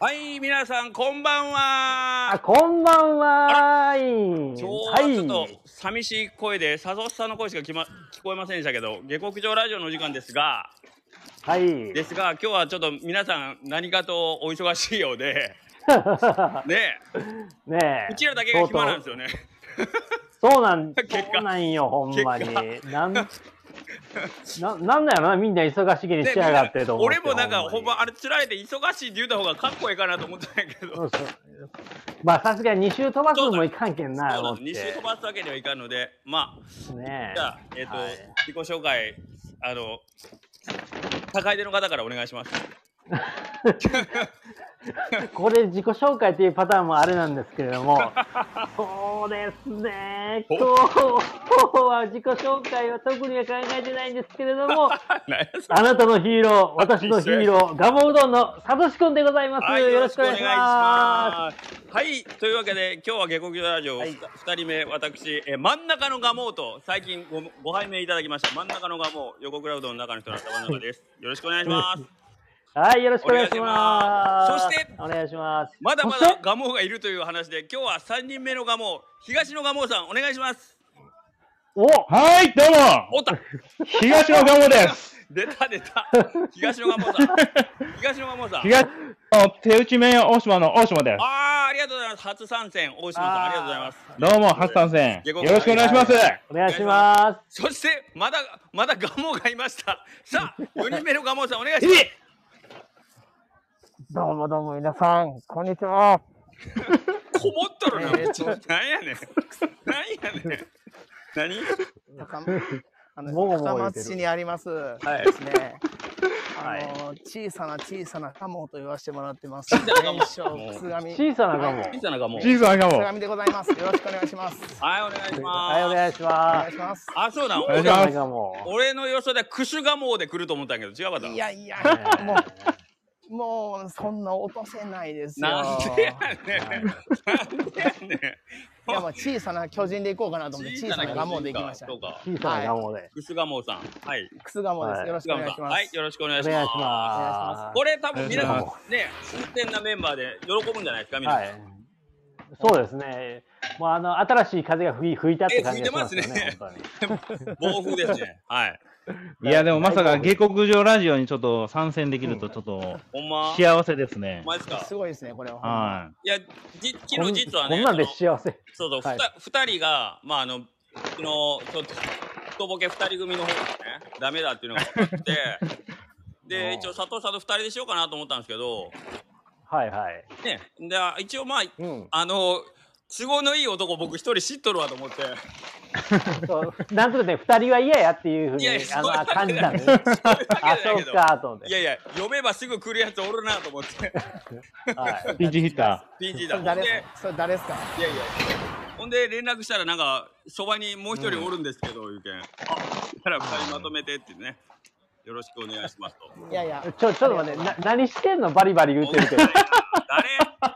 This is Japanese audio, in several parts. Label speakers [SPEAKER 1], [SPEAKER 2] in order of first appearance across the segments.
[SPEAKER 1] はい、皆さん、こんばんは
[SPEAKER 2] あ、。こんばんは
[SPEAKER 1] 今
[SPEAKER 2] ー
[SPEAKER 1] 日
[SPEAKER 2] い。
[SPEAKER 1] は
[SPEAKER 2] は
[SPEAKER 1] ちょっと
[SPEAKER 2] い。
[SPEAKER 1] 寂しい声で、佐々木さんの声しかき、ま、聞こえませんでしたけど、下克上ラジオのお時間ですが、
[SPEAKER 2] はい。
[SPEAKER 1] ですが、今日はちょっと皆さん、何かとお忙しいようで、ね
[SPEAKER 2] ねえ。
[SPEAKER 1] え、うちらだけが暇なんですよね。
[SPEAKER 2] そうそうな ん、
[SPEAKER 1] 結果
[SPEAKER 2] そうなんよ、ほんまに
[SPEAKER 1] 結果。
[SPEAKER 2] なん、な、なんだよな、みんな忙しげにしやがってと思って。
[SPEAKER 1] 俺もなんか、ほんま、あ
[SPEAKER 2] れ。
[SPEAKER 1] れ、つられて忙しいって言った方がかっこいいかなと思ったんやけど
[SPEAKER 2] う。んそうまあ、さすがに2周飛ばすのもいかんけんな、
[SPEAKER 1] そうな
[SPEAKER 2] 思
[SPEAKER 1] ん
[SPEAKER 2] っ
[SPEAKER 1] です二週飛
[SPEAKER 2] て。
[SPEAKER 1] ばすわけにはいかんので、まあ、
[SPEAKER 2] ねえ
[SPEAKER 1] じゃあ、えっ、と、
[SPEAKER 2] はい
[SPEAKER 1] 自己紹介、あの、高い手の方からお願いします。
[SPEAKER 2] これ自己紹介というパターンもあれなんですけれどもそうですね今日は自己紹介は特には考えてないんですけれども
[SPEAKER 1] 何やそれ
[SPEAKER 2] あなたのヒーロー私のヒーローガモうどんのサトシくんでございます、
[SPEAKER 1] はい、
[SPEAKER 2] よ
[SPEAKER 1] よろ
[SPEAKER 2] ろ
[SPEAKER 1] し
[SPEAKER 2] し
[SPEAKER 1] く
[SPEAKER 2] く
[SPEAKER 1] お
[SPEAKER 2] お
[SPEAKER 1] 願いし
[SPEAKER 2] 願いし
[SPEAKER 1] ま。
[SPEAKER 2] ます
[SPEAKER 1] はい、というわけで、今日は下克上ラジオ
[SPEAKER 2] はい
[SPEAKER 1] 二二人目、私、えー真ん中のガモーと、最近ごご拝命いただきました、真ん中のガモー、横クラウドの中の人の頭の中です。よろしくお願いします。
[SPEAKER 2] すはいよろしくお願いします
[SPEAKER 1] お願いします
[SPEAKER 2] お願いします
[SPEAKER 1] まだま
[SPEAKER 2] そし
[SPEAKER 1] だ
[SPEAKER 2] て
[SPEAKER 1] ガモーがいるという話で、今日は三人目のガモー、東のガモーさん、お願いします。
[SPEAKER 2] お
[SPEAKER 3] はい、どう
[SPEAKER 1] おった
[SPEAKER 3] も東のガモです
[SPEAKER 1] 出た出た東のガモさん東のガモさん
[SPEAKER 3] 東の手打ち麺大島の大島です
[SPEAKER 1] あーありがとうございます初参戦大島さんあ
[SPEAKER 2] あー
[SPEAKER 1] りがとうございます
[SPEAKER 3] どうも、初参戦
[SPEAKER 1] 下
[SPEAKER 3] よ
[SPEAKER 1] 克上
[SPEAKER 3] ろしくお願いします
[SPEAKER 2] お願いしま
[SPEAKER 1] そしてまだまだガモがいましたさあ4人目のガモさんお願いし
[SPEAKER 3] い
[SPEAKER 1] ま
[SPEAKER 3] え
[SPEAKER 1] す
[SPEAKER 4] どうもどうも皆さん、こんにちは。
[SPEAKER 1] こもっとるな、
[SPEAKER 4] えーちょ
[SPEAKER 1] なんやねんなんやねん何
[SPEAKER 4] 高まあの
[SPEAKER 2] もごもご
[SPEAKER 4] 高
[SPEAKER 2] 言うてる
[SPEAKER 4] 松市にあります。
[SPEAKER 1] い
[SPEAKER 4] ですね。
[SPEAKER 1] は
[SPEAKER 4] あ
[SPEAKER 1] い
[SPEAKER 4] の、小さな小さなカモと言わせてもらってます。
[SPEAKER 1] 小さなカモ
[SPEAKER 4] 名称くすがみ。
[SPEAKER 2] す
[SPEAKER 4] く
[SPEAKER 2] 小さなガモ
[SPEAKER 1] 小さなガモ
[SPEAKER 3] 小さなガ
[SPEAKER 4] す
[SPEAKER 3] モ
[SPEAKER 4] がみでございます。よろしくお願いします。
[SPEAKER 1] はいお願いします
[SPEAKER 2] はいお願いし
[SPEAKER 4] お
[SPEAKER 2] ま
[SPEAKER 4] 願い
[SPEAKER 2] す
[SPEAKER 4] します。
[SPEAKER 1] あそうなん
[SPEAKER 3] お願
[SPEAKER 2] 小
[SPEAKER 3] いします
[SPEAKER 2] さなガモ
[SPEAKER 1] 俺の予想ではクシュガモで来ると思ったんやけど違うかった
[SPEAKER 4] いやいや、もう、もうそんな落とせないですよ。
[SPEAKER 1] なんでやねんなんでやねん
[SPEAKER 4] いや、まあ、小さな巨人で行こうかなと思って、小さなガモで行きました
[SPEAKER 1] そ。うか
[SPEAKER 2] 小さなガモで
[SPEAKER 1] クスガモさんはい
[SPEAKER 4] くすがもで
[SPEAKER 2] は
[SPEAKER 4] す。
[SPEAKER 2] い
[SPEAKER 4] よろしくお願いします。
[SPEAKER 1] はい、よろしくお願い
[SPEAKER 2] お
[SPEAKER 1] し
[SPEAKER 2] 願
[SPEAKER 1] ま
[SPEAKER 2] い
[SPEAKER 1] す。
[SPEAKER 2] します
[SPEAKER 1] これ多分皆さん
[SPEAKER 3] お願いし
[SPEAKER 1] ね、新鮮なメンバーで喜ぶんじゃないですか、皆さん。
[SPEAKER 2] はい。そうですね。もうあの新しい風が吹い吹いたって感じがしますよ
[SPEAKER 1] え
[SPEAKER 2] ね。本
[SPEAKER 1] 暴風ですね。はい。
[SPEAKER 3] いや、でもまさか下克上ラジオにちょっと参戦できるとちょっと
[SPEAKER 1] ほんま。
[SPEAKER 3] 幸せですね
[SPEAKER 1] ほん。まですか
[SPEAKER 4] す。ごいですね、これは。
[SPEAKER 3] はい
[SPEAKER 1] や、じ
[SPEAKER 2] 当
[SPEAKER 1] 昨日
[SPEAKER 2] に
[SPEAKER 1] 実は
[SPEAKER 2] こ
[SPEAKER 1] ね、
[SPEAKER 2] んなんで
[SPEAKER 1] あの
[SPEAKER 2] 幸せ。
[SPEAKER 1] そうそう、ふ
[SPEAKER 2] はい
[SPEAKER 1] た二人が、まああの、うちの、ちょっと、太ぼけ二人組の方がね、ダメだっていうのが分 かって、で、一応佐藤さんと二人でしようかなと思ったんですけど、
[SPEAKER 2] はいはい。
[SPEAKER 1] ね、であ一応まあ、
[SPEAKER 2] うん。
[SPEAKER 1] あの、都合のいい男僕一人知っとるわと思 って。
[SPEAKER 2] そうなんとなくね、二人は嫌やっていうふう
[SPEAKER 1] い
[SPEAKER 2] に
[SPEAKER 1] やいや
[SPEAKER 2] あの
[SPEAKER 1] そう
[SPEAKER 2] あ感じたんです。
[SPEAKER 1] そういうわけじゃ
[SPEAKER 2] あ、そ
[SPEAKER 1] な
[SPEAKER 2] う
[SPEAKER 1] いけど
[SPEAKER 2] かと思っ
[SPEAKER 1] い
[SPEAKER 2] て。
[SPEAKER 1] やいや、読めばすぐ来るやつおるなと思って。
[SPEAKER 2] はい。
[SPEAKER 3] ピンチヒッタ
[SPEAKER 1] PG
[SPEAKER 4] そ
[SPEAKER 1] だ。
[SPEAKER 4] れ
[SPEAKER 1] ほんで、
[SPEAKER 4] 誰
[SPEAKER 1] い
[SPEAKER 4] で
[SPEAKER 1] や
[SPEAKER 4] すかそれ誰ですか
[SPEAKER 1] いや。ほんで、連絡したら、なんか、そばにもう一人おるんですけど、いうけん。あ、だから二人まとめてってね。よろしくお願いしますと。
[SPEAKER 4] いやいや、
[SPEAKER 2] ちょちょっと待って、な何してんのバリバリ言ってるけど。
[SPEAKER 1] 誰
[SPEAKER 3] ー。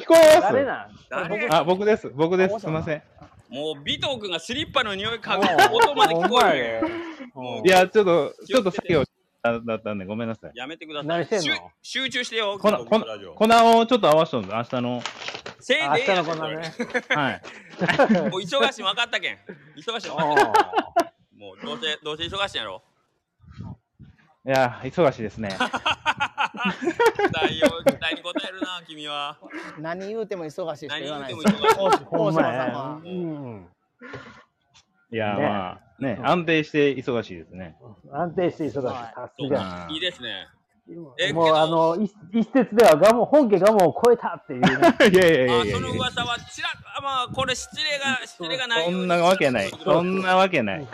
[SPEAKER 3] 聞こえ
[SPEAKER 2] 誰
[SPEAKER 3] ま
[SPEAKER 2] なん？
[SPEAKER 1] 誰
[SPEAKER 3] すあ、僕です。僕です。
[SPEAKER 4] あ
[SPEAKER 3] すみません。
[SPEAKER 1] もう、尾藤君がスリッパの匂い嗅ぐ音まで聞こえるよ。
[SPEAKER 2] もう
[SPEAKER 3] いや、ちょっと、ちょっと作業だったんで、ごめんなさい。
[SPEAKER 1] やめてください。
[SPEAKER 2] 何してんの
[SPEAKER 1] 集集中してよ。
[SPEAKER 3] 粉、粉、
[SPEAKER 1] このラジオ
[SPEAKER 3] 粉をちょっと合わせとんです。明日の。
[SPEAKER 1] せいで
[SPEAKER 2] 明
[SPEAKER 1] ええ
[SPEAKER 2] 日
[SPEAKER 1] や
[SPEAKER 2] の
[SPEAKER 1] ん
[SPEAKER 2] こ
[SPEAKER 1] そ
[SPEAKER 2] の
[SPEAKER 1] れ
[SPEAKER 2] ね。
[SPEAKER 3] はい。
[SPEAKER 1] もう忙しい、分かったけん。忙しい、分かっ
[SPEAKER 2] お
[SPEAKER 1] た
[SPEAKER 2] ー
[SPEAKER 1] もう、どうせ、どうせ忙しいんやろ。
[SPEAKER 3] いや、忙しいですね。
[SPEAKER 1] 期待を、期待に応えるな、君は。
[SPEAKER 4] 何言うても忙しいしか
[SPEAKER 1] 何
[SPEAKER 4] 言わ
[SPEAKER 1] 言っ
[SPEAKER 4] ない
[SPEAKER 1] て
[SPEAKER 4] で
[SPEAKER 1] も
[SPEAKER 4] す。
[SPEAKER 1] 忙しい。
[SPEAKER 4] 大島
[SPEAKER 2] ほ
[SPEAKER 4] 大
[SPEAKER 2] んま
[SPEAKER 4] 島さん
[SPEAKER 2] や
[SPEAKER 4] は。
[SPEAKER 2] ね。うん。
[SPEAKER 3] いや、
[SPEAKER 2] ね
[SPEAKER 3] まあ、ね、安定して忙しいですね。
[SPEAKER 2] 安定して忙しい。
[SPEAKER 4] は
[SPEAKER 1] そ
[SPEAKER 2] さす
[SPEAKER 4] い
[SPEAKER 1] う
[SPEAKER 2] が。
[SPEAKER 3] あー
[SPEAKER 1] いいですね。えけ
[SPEAKER 2] もう
[SPEAKER 1] ど
[SPEAKER 2] あの一一説ではガモ本家ガモを超えたっていうね、
[SPEAKER 3] いやいやい
[SPEAKER 1] あ
[SPEAKER 3] やいや
[SPEAKER 1] そ
[SPEAKER 3] い
[SPEAKER 1] の
[SPEAKER 3] や。
[SPEAKER 1] 噂はちらあまあこれ失礼が失礼がないよ
[SPEAKER 3] そ
[SPEAKER 1] うんに
[SPEAKER 3] なわけない。そんなわけない。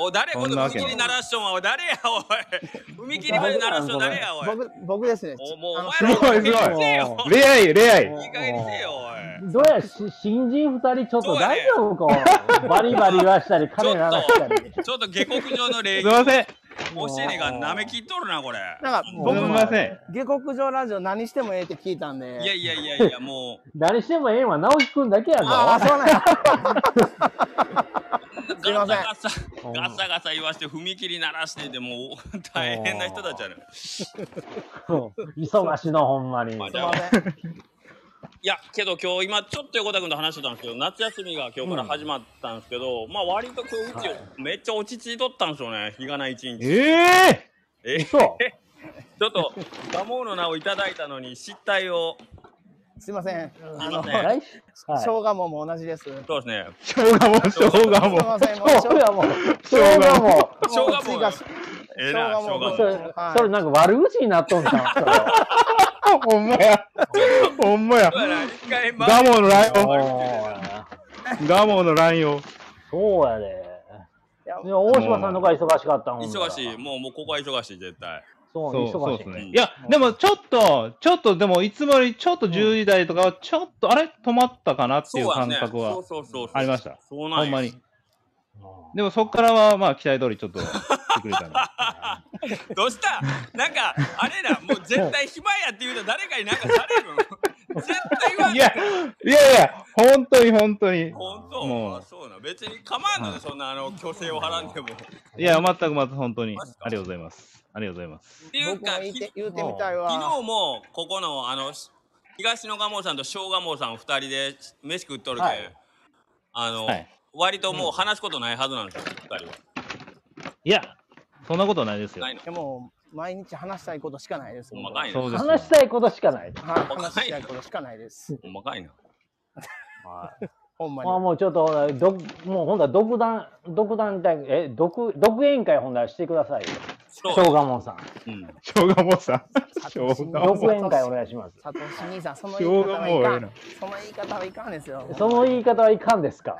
[SPEAKER 1] お誰こ
[SPEAKER 3] そんな
[SPEAKER 1] の
[SPEAKER 3] わけ
[SPEAKER 1] 踏
[SPEAKER 3] ない
[SPEAKER 1] 切鳴らしとんはおい誰やおい踏切まで鳴らしとん誰やおい
[SPEAKER 4] 僕僕ですね。
[SPEAKER 1] おもうお
[SPEAKER 4] あの
[SPEAKER 1] 前ら
[SPEAKER 3] すごいすごい
[SPEAKER 1] せえよ
[SPEAKER 3] 恋愛、恋
[SPEAKER 1] い
[SPEAKER 3] 愛。
[SPEAKER 1] い加減にせえよおい
[SPEAKER 2] どうやし新人二人ちょっと大丈夫か、バリバリはしたり金鳴らしたり
[SPEAKER 1] ちょっと下克上の礼
[SPEAKER 3] すい
[SPEAKER 1] 儀
[SPEAKER 3] ません。
[SPEAKER 1] お尻が舐めきっとるなこれ
[SPEAKER 4] なんか
[SPEAKER 3] す
[SPEAKER 4] 僕
[SPEAKER 3] み
[SPEAKER 4] も
[SPEAKER 3] ません。
[SPEAKER 4] 下克上ラジオ何してもええって聞いたんで。
[SPEAKER 1] いやいやいやいやも
[SPEAKER 2] 誰してもええんは直樹くんだけやぞ
[SPEAKER 4] ああ、そうなんや。
[SPEAKER 1] う
[SPEAKER 4] すいません
[SPEAKER 1] ガサガサガサガサ言わして踏切鳴らしてでもう大変な人たちやね
[SPEAKER 2] そう忙しいの、ほんまに。
[SPEAKER 1] まあ
[SPEAKER 4] すいません。
[SPEAKER 1] いやけど今日今ちょっと横田君と話してたんですけど夏休みが今日から始まったんですけど、まあ割と今日うち、めっちゃ落ち着いとったんですよね日がない一日
[SPEAKER 3] え
[SPEAKER 1] えち
[SPEAKER 2] そう。
[SPEAKER 1] ょっと蒲生の名をいただいたのに失態を
[SPEAKER 4] すいません。あの、
[SPEAKER 1] ね
[SPEAKER 2] 来週はい。
[SPEAKER 4] 生姜もも同じです。すい
[SPEAKER 1] そうですね
[SPEAKER 3] 生姜も生姜も
[SPEAKER 4] ません。もう
[SPEAKER 2] それはもう、それ
[SPEAKER 3] 生姜
[SPEAKER 2] はも
[SPEAKER 1] 生姜も
[SPEAKER 4] もう追加し
[SPEAKER 1] ええな
[SPEAKER 4] 生姜
[SPEAKER 1] 生
[SPEAKER 4] も
[SPEAKER 2] う、
[SPEAKER 1] 姜
[SPEAKER 2] そ
[SPEAKER 1] も
[SPEAKER 2] れ
[SPEAKER 4] はい、
[SPEAKER 2] それなんか悪口になっとんじゃん。それ
[SPEAKER 3] ほんまやほんまや
[SPEAKER 1] そうやな一回ま
[SPEAKER 3] ガモのライオ
[SPEAKER 2] おー
[SPEAKER 3] ンガモのライオン
[SPEAKER 2] そうやで。
[SPEAKER 4] いや
[SPEAKER 2] でも大島さんの方が忙しかったもん。
[SPEAKER 1] 忙しい。もうもうここは忙しい絶対
[SPEAKER 2] そう、
[SPEAKER 3] そうそう
[SPEAKER 2] 忙
[SPEAKER 3] で
[SPEAKER 2] しい
[SPEAKER 3] す。ね
[SPEAKER 1] うん
[SPEAKER 3] いやでもちょっとちょっとでもいつもよりちょっと10時台とかはちょっとあれ止まったかなっていう感覚は
[SPEAKER 1] そうそうそうそう
[SPEAKER 3] ありました
[SPEAKER 1] そうな
[SPEAKER 3] ほ
[SPEAKER 1] ん
[SPEAKER 3] ん
[SPEAKER 1] や
[SPEAKER 3] まに
[SPEAKER 2] う
[SPEAKER 3] でもそこからはまあ期待通りちょっとしてくれたんで
[SPEAKER 1] どうしたなんかあれらもう絶対暇やって言うと誰かになんかされる の絶対言わん
[SPEAKER 3] いやいやいや本当に本当に
[SPEAKER 1] 本当
[SPEAKER 3] もう
[SPEAKER 1] あそうな別に構わんのでそんなあの虚勢をはらんでもっ
[SPEAKER 3] いや全く全く本当に
[SPEAKER 1] マジか
[SPEAKER 3] ありがとうございますありがとうございます
[SPEAKER 1] ていう
[SPEAKER 4] 僕も
[SPEAKER 1] か
[SPEAKER 4] 言っ
[SPEAKER 1] き
[SPEAKER 4] て
[SPEAKER 1] 昨
[SPEAKER 4] 言うてみたいわ。
[SPEAKER 1] 日もここのあのし東野賀茂さんと小賀茂さん2人で飯食っとるけ、
[SPEAKER 2] はい
[SPEAKER 1] あの、
[SPEAKER 3] はい
[SPEAKER 1] 割ともう話すことないはずなんですよ2人はい
[SPEAKER 3] やそんなことないですよ
[SPEAKER 1] ないの
[SPEAKER 4] でも毎日話したいことしかないです。
[SPEAKER 1] ほんまかいな
[SPEAKER 3] そうですよ
[SPEAKER 2] 話したいことしかない。
[SPEAKER 4] はい、
[SPEAKER 1] ほんまか
[SPEAKER 4] 話
[SPEAKER 1] いな
[SPEAKER 4] したいことしかないです。
[SPEAKER 1] ほんまかいな
[SPEAKER 4] ほんまに
[SPEAKER 2] まあ。もうちょっとほら、どもうほんだ独断、独断みたいえ、独、独演会ほんだらしてくださいよ。
[SPEAKER 1] そう
[SPEAKER 2] しょうがもんさん。
[SPEAKER 1] うん
[SPEAKER 3] 生姜もさ生姜
[SPEAKER 4] あ
[SPEAKER 2] 独
[SPEAKER 3] も
[SPEAKER 2] 演会お願いします。
[SPEAKER 4] サトシ兄さん、その
[SPEAKER 3] し
[SPEAKER 4] 言
[SPEAKER 3] ょ
[SPEAKER 4] いう方
[SPEAKER 3] が
[SPEAKER 4] は
[SPEAKER 3] も
[SPEAKER 4] いうか
[SPEAKER 3] ええ
[SPEAKER 4] ん
[SPEAKER 3] な。
[SPEAKER 4] その言い方はいかんですよ。
[SPEAKER 2] その言い方はいかんですか。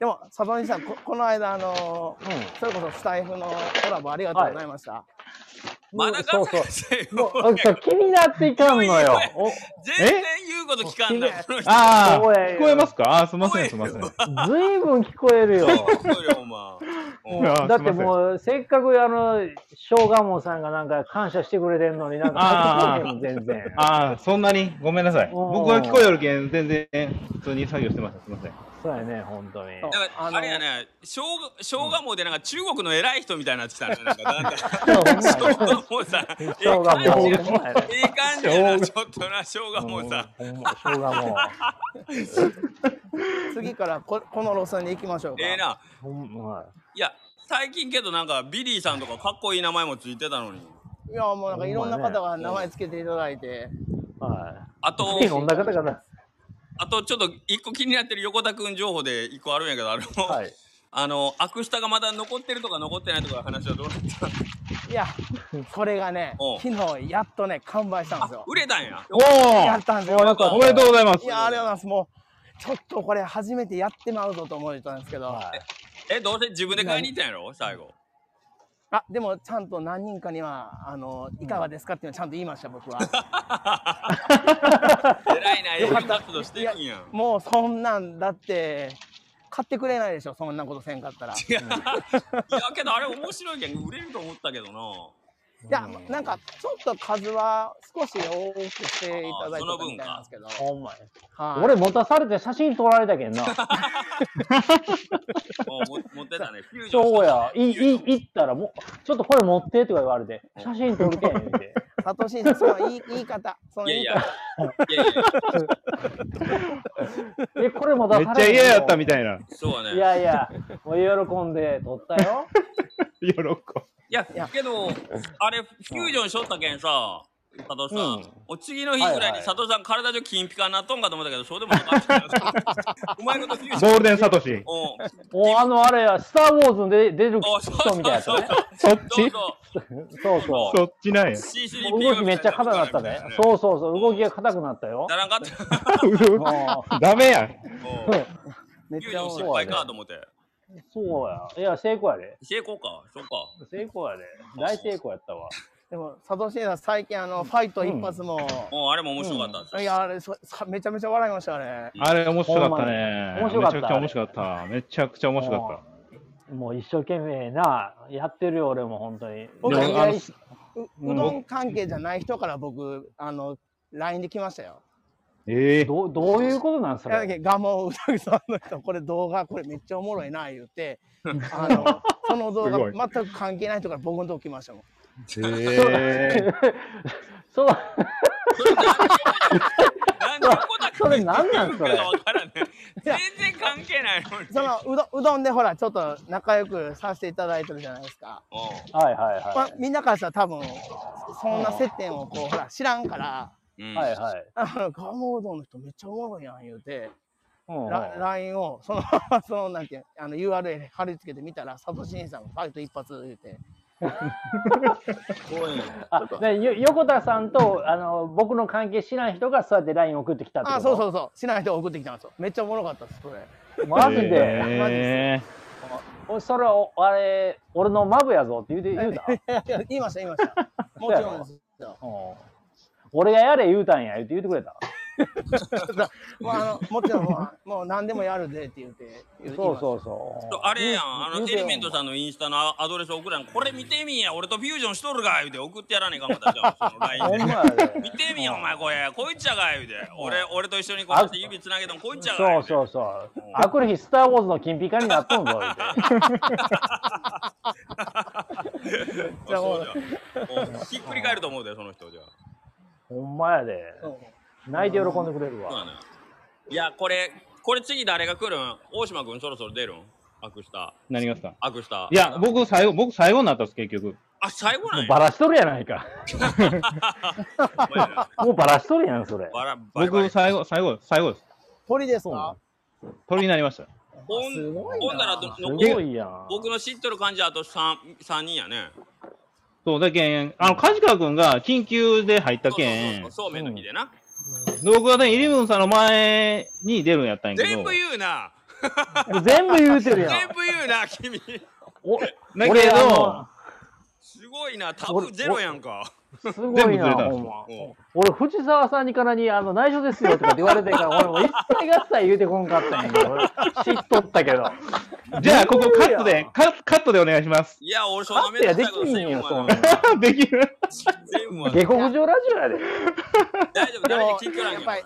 [SPEAKER 4] でも、サトシさん、ここの間、あのー
[SPEAKER 2] う
[SPEAKER 4] それこそスタイフのコラボありがとうございました。
[SPEAKER 2] ん。
[SPEAKER 1] まだ
[SPEAKER 2] そ
[SPEAKER 1] 我
[SPEAKER 2] うそう
[SPEAKER 1] 慢。して
[SPEAKER 2] も
[SPEAKER 1] よ
[SPEAKER 2] うあ そう気になっていかんのよ。お
[SPEAKER 1] 全然言うこと聞かんだ
[SPEAKER 2] え
[SPEAKER 1] この人
[SPEAKER 3] ああ
[SPEAKER 2] そうやよ
[SPEAKER 3] 聞こえますかあーすいませんすいません
[SPEAKER 2] ずいぶん聞こえ るよ。
[SPEAKER 1] そうよお前うん
[SPEAKER 3] あー
[SPEAKER 2] だっ
[SPEAKER 3] すい
[SPEAKER 2] て
[SPEAKER 3] ません
[SPEAKER 2] もう、せっかくあの、小賀門さんがなんか感謝してくれてんのになんか入ってこへんもん、全然。
[SPEAKER 3] ああ、そんなにごめんなさい。
[SPEAKER 2] おー
[SPEAKER 3] 僕は聞こえよるけん、全然普通に作業してました。すみません。
[SPEAKER 2] そうやね、本当に。
[SPEAKER 1] なんか
[SPEAKER 4] あ
[SPEAKER 1] あ
[SPEAKER 4] の
[SPEAKER 1] れやね、しょうしょうがもでなんか中国の偉い人みたいになってきたね。なんかだんだんもうさ、ええ
[SPEAKER 2] しょうが
[SPEAKER 1] 感
[SPEAKER 2] も
[SPEAKER 1] じや
[SPEAKER 2] う。
[SPEAKER 1] ええ感じやな、ちょっとな、しょうがもさ。
[SPEAKER 2] ほんましょうがも
[SPEAKER 4] 次からここの路線で行きましょうか。
[SPEAKER 1] ええな。
[SPEAKER 2] う。ほんま。
[SPEAKER 1] いや、最近けどなんかビリーさんとかかっこいい名前もついてたのに。
[SPEAKER 4] いや、もうなんかいろんな方が名前つけていただいて。
[SPEAKER 2] は
[SPEAKER 1] あと
[SPEAKER 2] い。、飲んだ方かな。
[SPEAKER 1] あとちょっと一個気になってる横田くん情報で一個あるんやけど、あの、
[SPEAKER 2] はい。
[SPEAKER 1] あの、アクスタがまだ残ってるとか残ってないとかの話はどうなった
[SPEAKER 4] いや、それがね
[SPEAKER 1] おう、
[SPEAKER 4] 昨日やっとね、完売したんですよ。
[SPEAKER 1] 売れたんや。
[SPEAKER 3] おー
[SPEAKER 4] やったんですよ
[SPEAKER 3] おーやったおめでとうございます
[SPEAKER 4] い。や、ありがとうございます。もう、ちょっとこれ初めてやってまうぞと思ってたんですけど、
[SPEAKER 2] はい
[SPEAKER 1] え、どうせ自分で買いに行ったんやろ最後。
[SPEAKER 4] あ、でもちゃんと何人かには、あの、いかがですかっていうのをちゃんと言いました、僕は。
[SPEAKER 1] 偉いな、営業活動してるんやん。
[SPEAKER 4] もうそんなんだって、買ってくれないでしょ、そんなことせんかったら。い
[SPEAKER 1] いや、いやけどあれ面白いけん、売れると思ったけどな。
[SPEAKER 4] や、なんかちょっと数は少し多くしていただいてたみたいなんですけど、
[SPEAKER 2] ほんまや。
[SPEAKER 4] はい
[SPEAKER 2] 俺持たされて写真撮られたけんな。
[SPEAKER 1] もうも持ってたね。フュージョン
[SPEAKER 2] そうや。い、い、
[SPEAKER 1] フュージョン
[SPEAKER 2] 行ったらもう、ちょっとこれ持ってとか言われて、写真撮るけん言うて。
[SPEAKER 4] サトシさん、その言い言い方、その
[SPEAKER 1] いやい
[SPEAKER 4] 言い
[SPEAKER 1] や
[SPEAKER 4] 方。。
[SPEAKER 1] いやいや。
[SPEAKER 2] え、これ持た
[SPEAKER 3] め
[SPEAKER 2] さ
[SPEAKER 3] っ
[SPEAKER 2] れても
[SPEAKER 3] ちゃ嫌やったみたいな。
[SPEAKER 1] そうね。
[SPEAKER 2] い
[SPEAKER 1] いや、
[SPEAKER 2] やいや、もう喜んで撮ったよ。
[SPEAKER 3] 喜ぶ。
[SPEAKER 1] けど、あれ、フュージョンしとったけんさ、佐藤さん。お次の日ぐらいに佐藤さん、体中金ピカになっとんかと思ったけど、そうでもなかった。うまいことフュージョン。
[SPEAKER 3] ゴールデン サトシ。
[SPEAKER 1] おう
[SPEAKER 2] もうあのあれや、スター・ウォーズで出る
[SPEAKER 1] おうそう
[SPEAKER 2] 人みたいなやつ
[SPEAKER 1] そう
[SPEAKER 2] ね
[SPEAKER 1] そ。う。
[SPEAKER 3] そっ
[SPEAKER 1] どう
[SPEAKER 3] ち
[SPEAKER 1] ぞ。
[SPEAKER 2] そうそ
[SPEAKER 3] そっちなん や。
[SPEAKER 2] う。
[SPEAKER 1] C3PO
[SPEAKER 2] 動きめっちゃ硬なったね。そうそうそう、動きが硬くなったよ。
[SPEAKER 1] ならんかった。
[SPEAKER 2] あ
[SPEAKER 3] ダメやん。
[SPEAKER 1] お
[SPEAKER 2] あ
[SPEAKER 1] う
[SPEAKER 4] めっ
[SPEAKER 1] フュー
[SPEAKER 4] ち
[SPEAKER 1] ジ
[SPEAKER 4] ゃ
[SPEAKER 1] ョン
[SPEAKER 4] 多い
[SPEAKER 1] 失敗かと思って。
[SPEAKER 2] そうや。いや、成功やで。
[SPEAKER 1] 成功か。そうか。
[SPEAKER 2] 成功やで。大成功やったわ。
[SPEAKER 4] でも、サトシさん、最近、あの、ファイト一発も、
[SPEAKER 1] もうあれも面白かったんですよ
[SPEAKER 4] いや、あれそさめちゃめちゃ笑いましたね。
[SPEAKER 3] あれ面白かったね。
[SPEAKER 2] ほんまに面白かった
[SPEAKER 3] めちゃくちゃ面白かった。めちゃくちゃ面白かっ
[SPEAKER 2] もう一生懸命な、やってるよ、俺も本当に。
[SPEAKER 4] 僕
[SPEAKER 3] でも
[SPEAKER 4] 意外
[SPEAKER 3] あの
[SPEAKER 4] ううどん関係じゃない人から僕、あの、LINE で来ましたよ。
[SPEAKER 3] ええ
[SPEAKER 2] どうどういうことなんそ
[SPEAKER 4] だ
[SPEAKER 2] れ
[SPEAKER 4] けど我慢うさぎさんの人これ動画これめっちゃおもろいな言うてあ のその動
[SPEAKER 3] すごい
[SPEAKER 4] 画全く関係ない人から僕のとこ来ましたもん
[SPEAKER 3] え
[SPEAKER 2] そう
[SPEAKER 1] 何のことか
[SPEAKER 2] それ何なんそ
[SPEAKER 1] 言
[SPEAKER 2] れ
[SPEAKER 1] うかがわからんね全然関係ないのに
[SPEAKER 4] そのうどうどんでほらちょっと仲良くさせていただいてるじゃないですか、
[SPEAKER 1] おう
[SPEAKER 2] はいはい
[SPEAKER 4] ま
[SPEAKER 2] は
[SPEAKER 4] あ、みんなからしたら多分そんな接点をこうほら知らんから
[SPEAKER 1] うん
[SPEAKER 2] いはいはい
[SPEAKER 4] 「あのガモうどんの人めっちゃおもろいやん」言うて
[SPEAKER 2] うんうん
[SPEAKER 4] ラ LINE をその そのなんていうあの URL 貼り付けてみたらサトシンさんがファイト一発言うて
[SPEAKER 1] 怖いね
[SPEAKER 2] あねよ横田さんとあの僕の関係知らん人がそうやって LINE 送ってきたってこと
[SPEAKER 4] あそうそうそう知らない人が送ってきたんですよめっちゃおもろかったですそれ
[SPEAKER 2] マジで、
[SPEAKER 3] え
[SPEAKER 2] おそれはおあれ俺のマブやぞって言うて言うた、
[SPEAKER 4] いやいや言いました言いましたもちろんですよ
[SPEAKER 2] うん俺がやれ言うたんや言うて言うてくれた
[SPEAKER 4] もうあのもちろんもうもう何でもやるでって言うて言
[SPEAKER 2] そうそううそう
[SPEAKER 1] あれやん、あの
[SPEAKER 2] 言う
[SPEAKER 1] エ
[SPEAKER 2] てよ
[SPEAKER 1] レメントさんのインスタのアドレス送らん、これ見てみや、俺とフュージョンしとるが、言うて送ってやらねえかもたじゃん、 その
[SPEAKER 2] ほ
[SPEAKER 1] LINE
[SPEAKER 2] ん
[SPEAKER 1] で。
[SPEAKER 2] まやで
[SPEAKER 1] 見てみや、お前これ、こいつやが、言うて、俺、俺と一緒にこうやって指つなげても、こいつやが、
[SPEAKER 2] そう
[SPEAKER 1] う。
[SPEAKER 2] そうそう。あくる日、スター・ウォーズの金ピカになっとんぞ、言うて
[SPEAKER 1] そうじゃんもうひっくり返ると思うで、その人じゃ。
[SPEAKER 2] ほんまやで。
[SPEAKER 4] そう
[SPEAKER 2] 泣いて喜んでくれる
[SPEAKER 1] そうな
[SPEAKER 2] わ。
[SPEAKER 1] のよ。いや、これ、これ次誰が来るん大島君、そろそろ出るん悪した。
[SPEAKER 3] 何がですか
[SPEAKER 1] 悪した。
[SPEAKER 3] いや、僕最後、僕最後になったんです、結局。
[SPEAKER 1] あ、最後なんや。
[SPEAKER 2] バラしとるやないか。
[SPEAKER 1] お前ら
[SPEAKER 2] もうバラしとるやん、それ。
[SPEAKER 1] バラバリバ
[SPEAKER 3] 僕
[SPEAKER 1] リ
[SPEAKER 3] 最後、最後、最後です。
[SPEAKER 4] 鳥です
[SPEAKER 3] そうな
[SPEAKER 4] か
[SPEAKER 3] ん鳥になりました。
[SPEAKER 1] ほん
[SPEAKER 4] すごいな
[SPEAKER 1] ほんならど
[SPEAKER 2] す
[SPEAKER 1] の
[SPEAKER 2] ごいやん。
[SPEAKER 1] 僕の知っとる感じだと 3, 三人やね。
[SPEAKER 3] そう、だけん、あの、梶川君が緊急で入ったけ
[SPEAKER 1] そうそう
[SPEAKER 3] ん
[SPEAKER 1] そう、そうめんの日でな。
[SPEAKER 3] 僕はね、イレブンさんの前に出るんやったんやけ
[SPEAKER 1] 全
[SPEAKER 3] ど
[SPEAKER 1] 部、言うな。
[SPEAKER 2] 全部言うてるやん。
[SPEAKER 1] 全部言うな、君。
[SPEAKER 2] お
[SPEAKER 3] だ
[SPEAKER 2] 俺
[SPEAKER 3] け
[SPEAKER 2] あ
[SPEAKER 3] ど
[SPEAKER 2] の、
[SPEAKER 1] すごいな、タブゼロやんか。
[SPEAKER 2] すご
[SPEAKER 3] 全部
[SPEAKER 2] い
[SPEAKER 3] ずれ
[SPEAKER 2] な、
[SPEAKER 3] たんで
[SPEAKER 2] ほ
[SPEAKER 3] す
[SPEAKER 2] んま。
[SPEAKER 1] おう
[SPEAKER 2] 俺、藤沢さんにからに、あの、内緒ですよとかって言われてか ら、俺も一切合切言うてこんかったんやけど、俺知っとったけど。
[SPEAKER 3] じゃあ、ここカットで、カカットでお願いします。
[SPEAKER 1] いや、俺、そん
[SPEAKER 2] カ
[SPEAKER 1] なめ
[SPEAKER 2] ット
[SPEAKER 1] ん
[SPEAKER 2] や
[SPEAKER 1] どく
[SPEAKER 2] で
[SPEAKER 1] さいこ
[SPEAKER 2] き
[SPEAKER 1] と
[SPEAKER 2] ん
[SPEAKER 1] せん
[SPEAKER 2] やん、
[SPEAKER 1] わ
[SPEAKER 2] そん
[SPEAKER 1] な
[SPEAKER 2] な。
[SPEAKER 3] できる
[SPEAKER 1] 全部は
[SPEAKER 2] 下克上ラジオやで。
[SPEAKER 1] 大丈夫、
[SPEAKER 4] で
[SPEAKER 1] 誰
[SPEAKER 4] も
[SPEAKER 1] に聞くらん
[SPEAKER 4] や
[SPEAKER 1] や
[SPEAKER 4] っ
[SPEAKER 1] ん
[SPEAKER 4] ぱり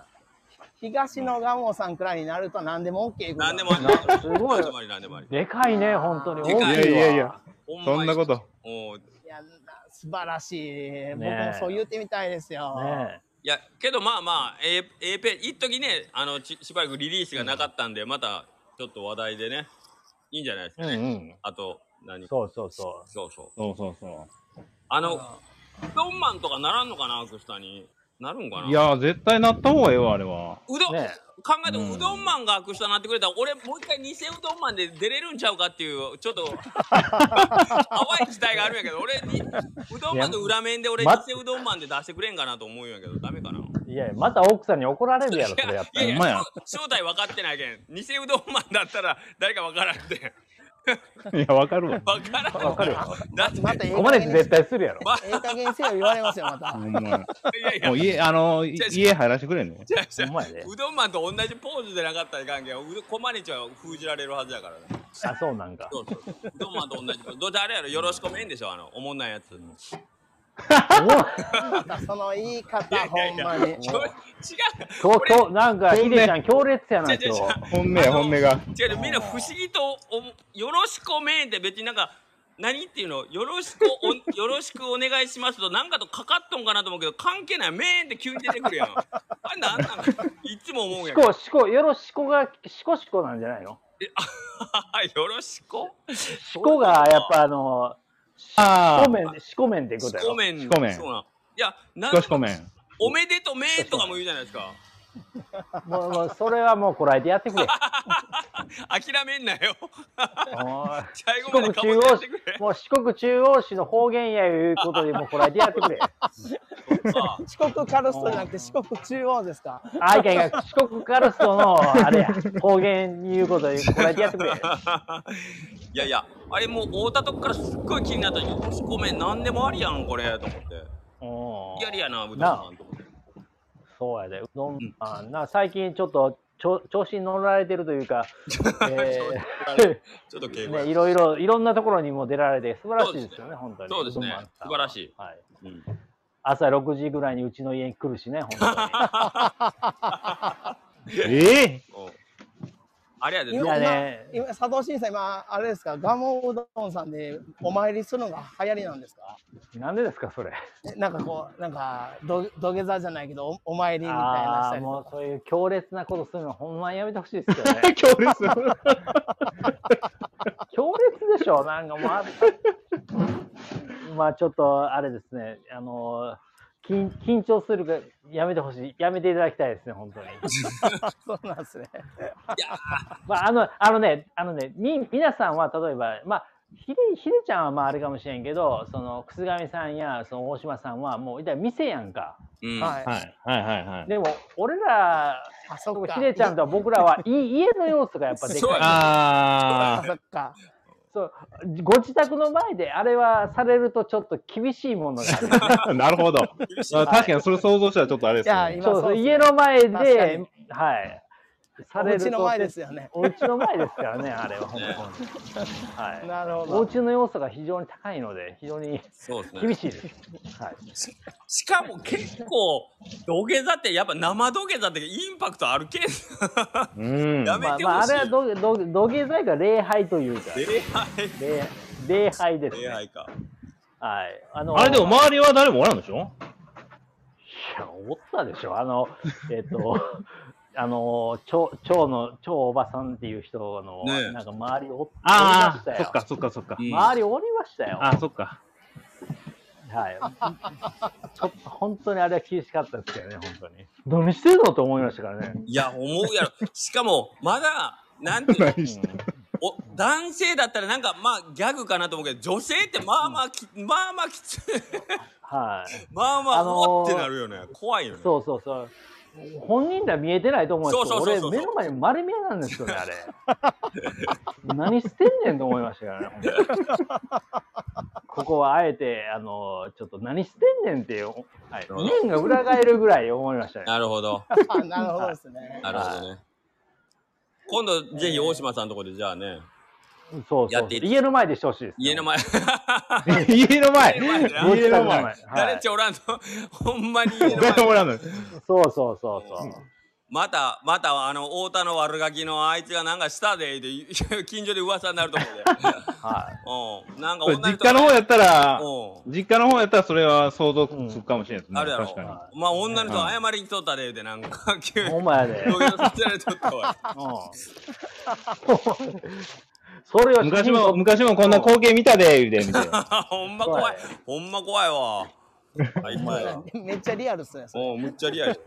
[SPEAKER 4] 東のガモさんくらいになると何でも OK
[SPEAKER 1] 何で
[SPEAKER 4] も
[SPEAKER 1] もあり
[SPEAKER 2] なすごい
[SPEAKER 1] 何でもあり、何でもあり。
[SPEAKER 2] でかいね、本当に。
[SPEAKER 1] でかい
[SPEAKER 2] 大きわ
[SPEAKER 3] いやいやいや
[SPEAKER 1] ほまに
[SPEAKER 3] そんなこ。と。
[SPEAKER 1] おう
[SPEAKER 4] いやな素晴らしい、
[SPEAKER 2] ね
[SPEAKER 4] 僕も
[SPEAKER 2] え
[SPEAKER 4] そう言ってみたいですよ、
[SPEAKER 2] ね
[SPEAKER 1] いや、けどまあまあ、えーえーペ一時ね、あの、ちしばらくリリースがなかったんで、また、ちょっと話題でね、いいんじゃないです
[SPEAKER 3] う
[SPEAKER 1] か
[SPEAKER 3] んう
[SPEAKER 1] ね。
[SPEAKER 3] ん。
[SPEAKER 1] あと、何
[SPEAKER 2] そうそうそ
[SPEAKER 1] そうそう。
[SPEAKER 3] そうそうそ
[SPEAKER 1] あの、うどんマンとかならんのかな、アクスタに。なるんかな。
[SPEAKER 3] う。いや、絶対なった方がええわ、あれは。
[SPEAKER 1] うどん、
[SPEAKER 2] ね
[SPEAKER 1] 考えても、
[SPEAKER 3] うん
[SPEAKER 1] うどんマンがアクスタになってくれたら、俺、もう一回偽うどんマンで出れるんちゃうかっていう、ちょっ と、淡い期待があるんやけど、俺に、うどんマンの裏面で俺、偽
[SPEAKER 2] ま
[SPEAKER 1] うどんマンで出してくれんかなと思うんやけど、ダメかな。
[SPEAKER 2] う。いやいや、また奥さんに怒られるやろ、それやっ
[SPEAKER 1] い
[SPEAKER 2] た
[SPEAKER 1] や
[SPEAKER 2] ら。
[SPEAKER 1] い
[SPEAKER 3] ほ
[SPEAKER 1] や
[SPEAKER 3] んまや
[SPEAKER 1] 正正体分かってないけん、偽うどんマンだったら、誰か分からんって。
[SPEAKER 3] いや、わかるわ。
[SPEAKER 1] 分からん。
[SPEAKER 2] わかるよ。
[SPEAKER 1] だって、
[SPEAKER 4] またええ
[SPEAKER 2] コマ
[SPEAKER 4] 加
[SPEAKER 2] ネチ
[SPEAKER 4] 減に
[SPEAKER 2] 絶対するやろ。
[SPEAKER 4] ええ加減にせよ言われますよまた
[SPEAKER 3] ほんまや
[SPEAKER 1] いやいや
[SPEAKER 3] もう、家、あの、い
[SPEAKER 1] 違う違う
[SPEAKER 3] 家入らせてくれんね。
[SPEAKER 1] 違う違う
[SPEAKER 2] ほんまやで
[SPEAKER 1] うどんマンと同じポーズでなかったらいかんけん、うどこまねちは封じられるはずやからね。
[SPEAKER 2] あ、そうなんか。
[SPEAKER 1] そうそう。うどんマンと同じポーズ。どうせあれやろ、よろしくめんでしょ、あの、おもんないやつ。
[SPEAKER 4] またその言い方
[SPEAKER 1] いやいや
[SPEAKER 4] ほ
[SPEAKER 1] い
[SPEAKER 4] ん
[SPEAKER 1] や
[SPEAKER 4] まに
[SPEAKER 1] そ れ違う。
[SPEAKER 2] 今日、今日、なんか、
[SPEAKER 3] そう
[SPEAKER 2] ヒ
[SPEAKER 3] ね
[SPEAKER 2] デちゃん強烈やな、
[SPEAKER 1] 違う
[SPEAKER 2] 今日
[SPEAKER 1] 違う違う。
[SPEAKER 3] 本音や、
[SPEAKER 1] あの
[SPEAKER 3] 本音が。
[SPEAKER 1] 違う、みんな不思議とおも、よろしくおめんって別になんか、何っていうのよろしくお、 よろしくお願いしますと、なんかとかかっとんかなと思うけど、関係ない。めんって急に出てくるやん。あれなんなんか、いつも思うん
[SPEAKER 2] し
[SPEAKER 1] やけど。
[SPEAKER 2] こ、しこ、よろしこが、しこしこなんじゃないの
[SPEAKER 1] よろしく
[SPEAKER 2] しこが、やっぱあの、
[SPEAKER 3] あ
[SPEAKER 2] しこめん、しこめんってことや
[SPEAKER 1] しこ
[SPEAKER 2] ろ。
[SPEAKER 1] めん。
[SPEAKER 3] しこめん
[SPEAKER 1] そうなん。いや、な
[SPEAKER 3] あ、
[SPEAKER 1] ん
[SPEAKER 3] 少しごめん。
[SPEAKER 1] おめでとうめーとかも言うじゃないですか。
[SPEAKER 2] もう、もう、それはもうこらえてやって くれ。
[SPEAKER 1] 諦めんなよ。
[SPEAKER 2] おい
[SPEAKER 1] 最
[SPEAKER 2] 四
[SPEAKER 1] 後まで
[SPEAKER 2] 国
[SPEAKER 1] かぼちゃ
[SPEAKER 2] 中央
[SPEAKER 1] って
[SPEAKER 2] 市
[SPEAKER 1] くれ、。
[SPEAKER 2] もう四国中央市の方言やいうことで、もうこらえてやってくれ。
[SPEAKER 1] あ
[SPEAKER 4] 四国カルストじゃなくて四国中央ですか
[SPEAKER 2] あいかんいかん四国カルストのあれや方言言うことでこれだけやってくれ
[SPEAKER 1] あいやいや、あれもう会うたとこからすっごい気になった。よしごめん、なんでもありやん、これと思って。やりやな、ぶどうさんと思って。
[SPEAKER 2] そうやでうどんあな最近ちょっとちょ調子に乗られてるとい うか、え
[SPEAKER 1] ちょっと敬
[SPEAKER 2] ー
[SPEAKER 1] 語や。
[SPEAKER 2] ね、いろいろいろんなところにも出られて素晴らしいですよね本当に
[SPEAKER 1] そうですね
[SPEAKER 2] どんまんさん
[SPEAKER 1] 素晴らしい
[SPEAKER 2] はい、
[SPEAKER 1] うん
[SPEAKER 2] 朝6時ぐらいにうちの家に来るしね本当に
[SPEAKER 3] ええ
[SPEAKER 1] うんあれやで、
[SPEAKER 4] 今
[SPEAKER 2] い
[SPEAKER 1] の
[SPEAKER 2] やね
[SPEAKER 4] 今、佐藤新さん、今、あれですか、ガモうどんさんでお参りするのが流行りなんですか
[SPEAKER 2] なんでですか、それ。
[SPEAKER 4] えなんかこう、なんか土土下座じゃないけど、おお参 りみたいなし
[SPEAKER 2] あ
[SPEAKER 4] た
[SPEAKER 2] あ、
[SPEAKER 4] り
[SPEAKER 2] もう
[SPEAKER 4] とか
[SPEAKER 2] そういう強烈なことするの、ほんまにやめてほしいですよ ね。
[SPEAKER 3] 強烈。
[SPEAKER 2] 強烈でしょ、なんかもうあ。 まあちょっと、あれですね、あの、緊緊張するからやめてほしい、やめていただきたいですね、 本当に。
[SPEAKER 4] そうなんですね。
[SPEAKER 2] まあ、あの、あのね、あのね、み、皆さんは、例えば、まあ、ひで、ひでちゃんは、まあ、あれかもしれんけど、その、くすがみさんや、その、大島さんは、もう、いたら店やんか。
[SPEAKER 1] うん
[SPEAKER 4] はい。
[SPEAKER 3] はいはいはいはい。
[SPEAKER 2] でも、俺ら、
[SPEAKER 4] あ、そっか。
[SPEAKER 2] ひでちゃんと僕らは、い 家の要素がやっぱでかい。
[SPEAKER 1] そうや
[SPEAKER 4] あ、
[SPEAKER 3] あ
[SPEAKER 4] そっか。
[SPEAKER 2] そう、ご自宅の前で、あれはされると、ちょっと厳しいものがあ る。
[SPEAKER 3] あ、 なるほど。あ確かにそれ想像したらちょっとあれです
[SPEAKER 4] いや
[SPEAKER 3] ね
[SPEAKER 4] 今。
[SPEAKER 2] そう
[SPEAKER 4] そ
[SPEAKER 2] そうう、
[SPEAKER 4] ですね
[SPEAKER 2] 家の前
[SPEAKER 4] 確か
[SPEAKER 2] で
[SPEAKER 4] に、
[SPEAKER 2] はい。さ
[SPEAKER 4] お家の前ですよね。
[SPEAKER 2] お家の前です からね、あれは、本当に。はい。
[SPEAKER 4] なるほ
[SPEAKER 2] お
[SPEAKER 4] ど。
[SPEAKER 2] 家の要素が非常に高いので、非常に
[SPEAKER 1] そうです
[SPEAKER 2] 厳
[SPEAKER 1] ね。
[SPEAKER 2] しいです。はい。
[SPEAKER 1] しかも結構、土下座って、やっぱ生土下座ってインパクトある けん。
[SPEAKER 3] うん。
[SPEAKER 1] やめ
[SPEAKER 2] まあ、
[SPEAKER 1] て
[SPEAKER 2] まあ、
[SPEAKER 1] ほ
[SPEAKER 2] あ
[SPEAKER 1] し。
[SPEAKER 2] れはい土下土下土下座が礼拝というか、
[SPEAKER 1] 礼拝。
[SPEAKER 2] 礼礼拝です、ね。
[SPEAKER 1] 礼拝か。
[SPEAKER 2] はい。あの
[SPEAKER 3] あれでも周りは誰もおらんでしょ
[SPEAKER 2] いや、思ったでしょ。あの、えっ、と、 あの、超、超の、超おばさんっていう人の、
[SPEAKER 1] ねえ
[SPEAKER 2] なんか周りおおりま
[SPEAKER 3] あ
[SPEAKER 2] した
[SPEAKER 3] あ、そ
[SPEAKER 2] よ
[SPEAKER 3] っ。かそっかそっか。
[SPEAKER 1] うん
[SPEAKER 2] 周りおりましたよ。
[SPEAKER 3] あ、そっか。
[SPEAKER 2] はい。 ちょっと本当にあれは厳しかったですけどね、本当に。何してんのと思いましたからね。
[SPEAKER 1] いや、思うやろ。しかも、まだ、なんていうの
[SPEAKER 3] 何
[SPEAKER 1] お男性だったらなんかまあギャグかなと思うけど女性ってまあまあき、まあまあき つい
[SPEAKER 2] はい。
[SPEAKER 1] まあまあ、
[SPEAKER 2] あのー
[SPEAKER 1] おってなるよね怖いよね
[SPEAKER 2] そうそうそう。本人ら見えてないと思うんですけど、
[SPEAKER 1] そうそうそうそう
[SPEAKER 2] 俺目の前に丸見えなんです よね、あれ。 何してんねんと思いましたからね、本当にここはあえて、あの、ちょっと何してんねんっていう、はい、面が裏返るぐらい思いましたね。
[SPEAKER 1] なるほど
[SPEAKER 4] あなるほどですね。
[SPEAKER 1] なるほどね今度ぜひ大島さんのとこでじゃあね
[SPEAKER 2] そう
[SPEAKER 1] や
[SPEAKER 2] そ
[SPEAKER 1] っ
[SPEAKER 2] う。
[SPEAKER 1] ていい
[SPEAKER 2] 家の前でしてほしいですね。
[SPEAKER 1] 家の前
[SPEAKER 3] 家の前
[SPEAKER 2] お家
[SPEAKER 3] 家
[SPEAKER 2] の
[SPEAKER 3] の
[SPEAKER 2] 前。
[SPEAKER 3] 前
[SPEAKER 2] はい
[SPEAKER 1] 誰ちゃおらんのほんまに家の前
[SPEAKER 3] 誰もおらんの
[SPEAKER 2] そうそうそうそう。
[SPEAKER 1] またまたあの太田の悪ガキのあいつがなんかしたでで近所で噂になると
[SPEAKER 2] はい。
[SPEAKER 1] 思うでうんなんか女
[SPEAKER 3] 実
[SPEAKER 1] 人が
[SPEAKER 3] 家の方やったら、
[SPEAKER 1] う
[SPEAKER 3] 実家の方やったらそれは想像つくかもしれないです
[SPEAKER 1] ん
[SPEAKER 3] ね。
[SPEAKER 1] あるやろ
[SPEAKER 3] 確かに。
[SPEAKER 1] まあ女の人謝りに来とったででなんか急に
[SPEAKER 2] ほん まやで。
[SPEAKER 1] 土下座させられとったわ
[SPEAKER 2] うんそれを
[SPEAKER 3] 昔も、昔もこんな光景見たで、言うて、みた いな。
[SPEAKER 1] ほんま怖い。ほんま怖いわ。はい、怖いわ。
[SPEAKER 4] めっちゃリアルですね。それ
[SPEAKER 1] おうむっちゃリアル。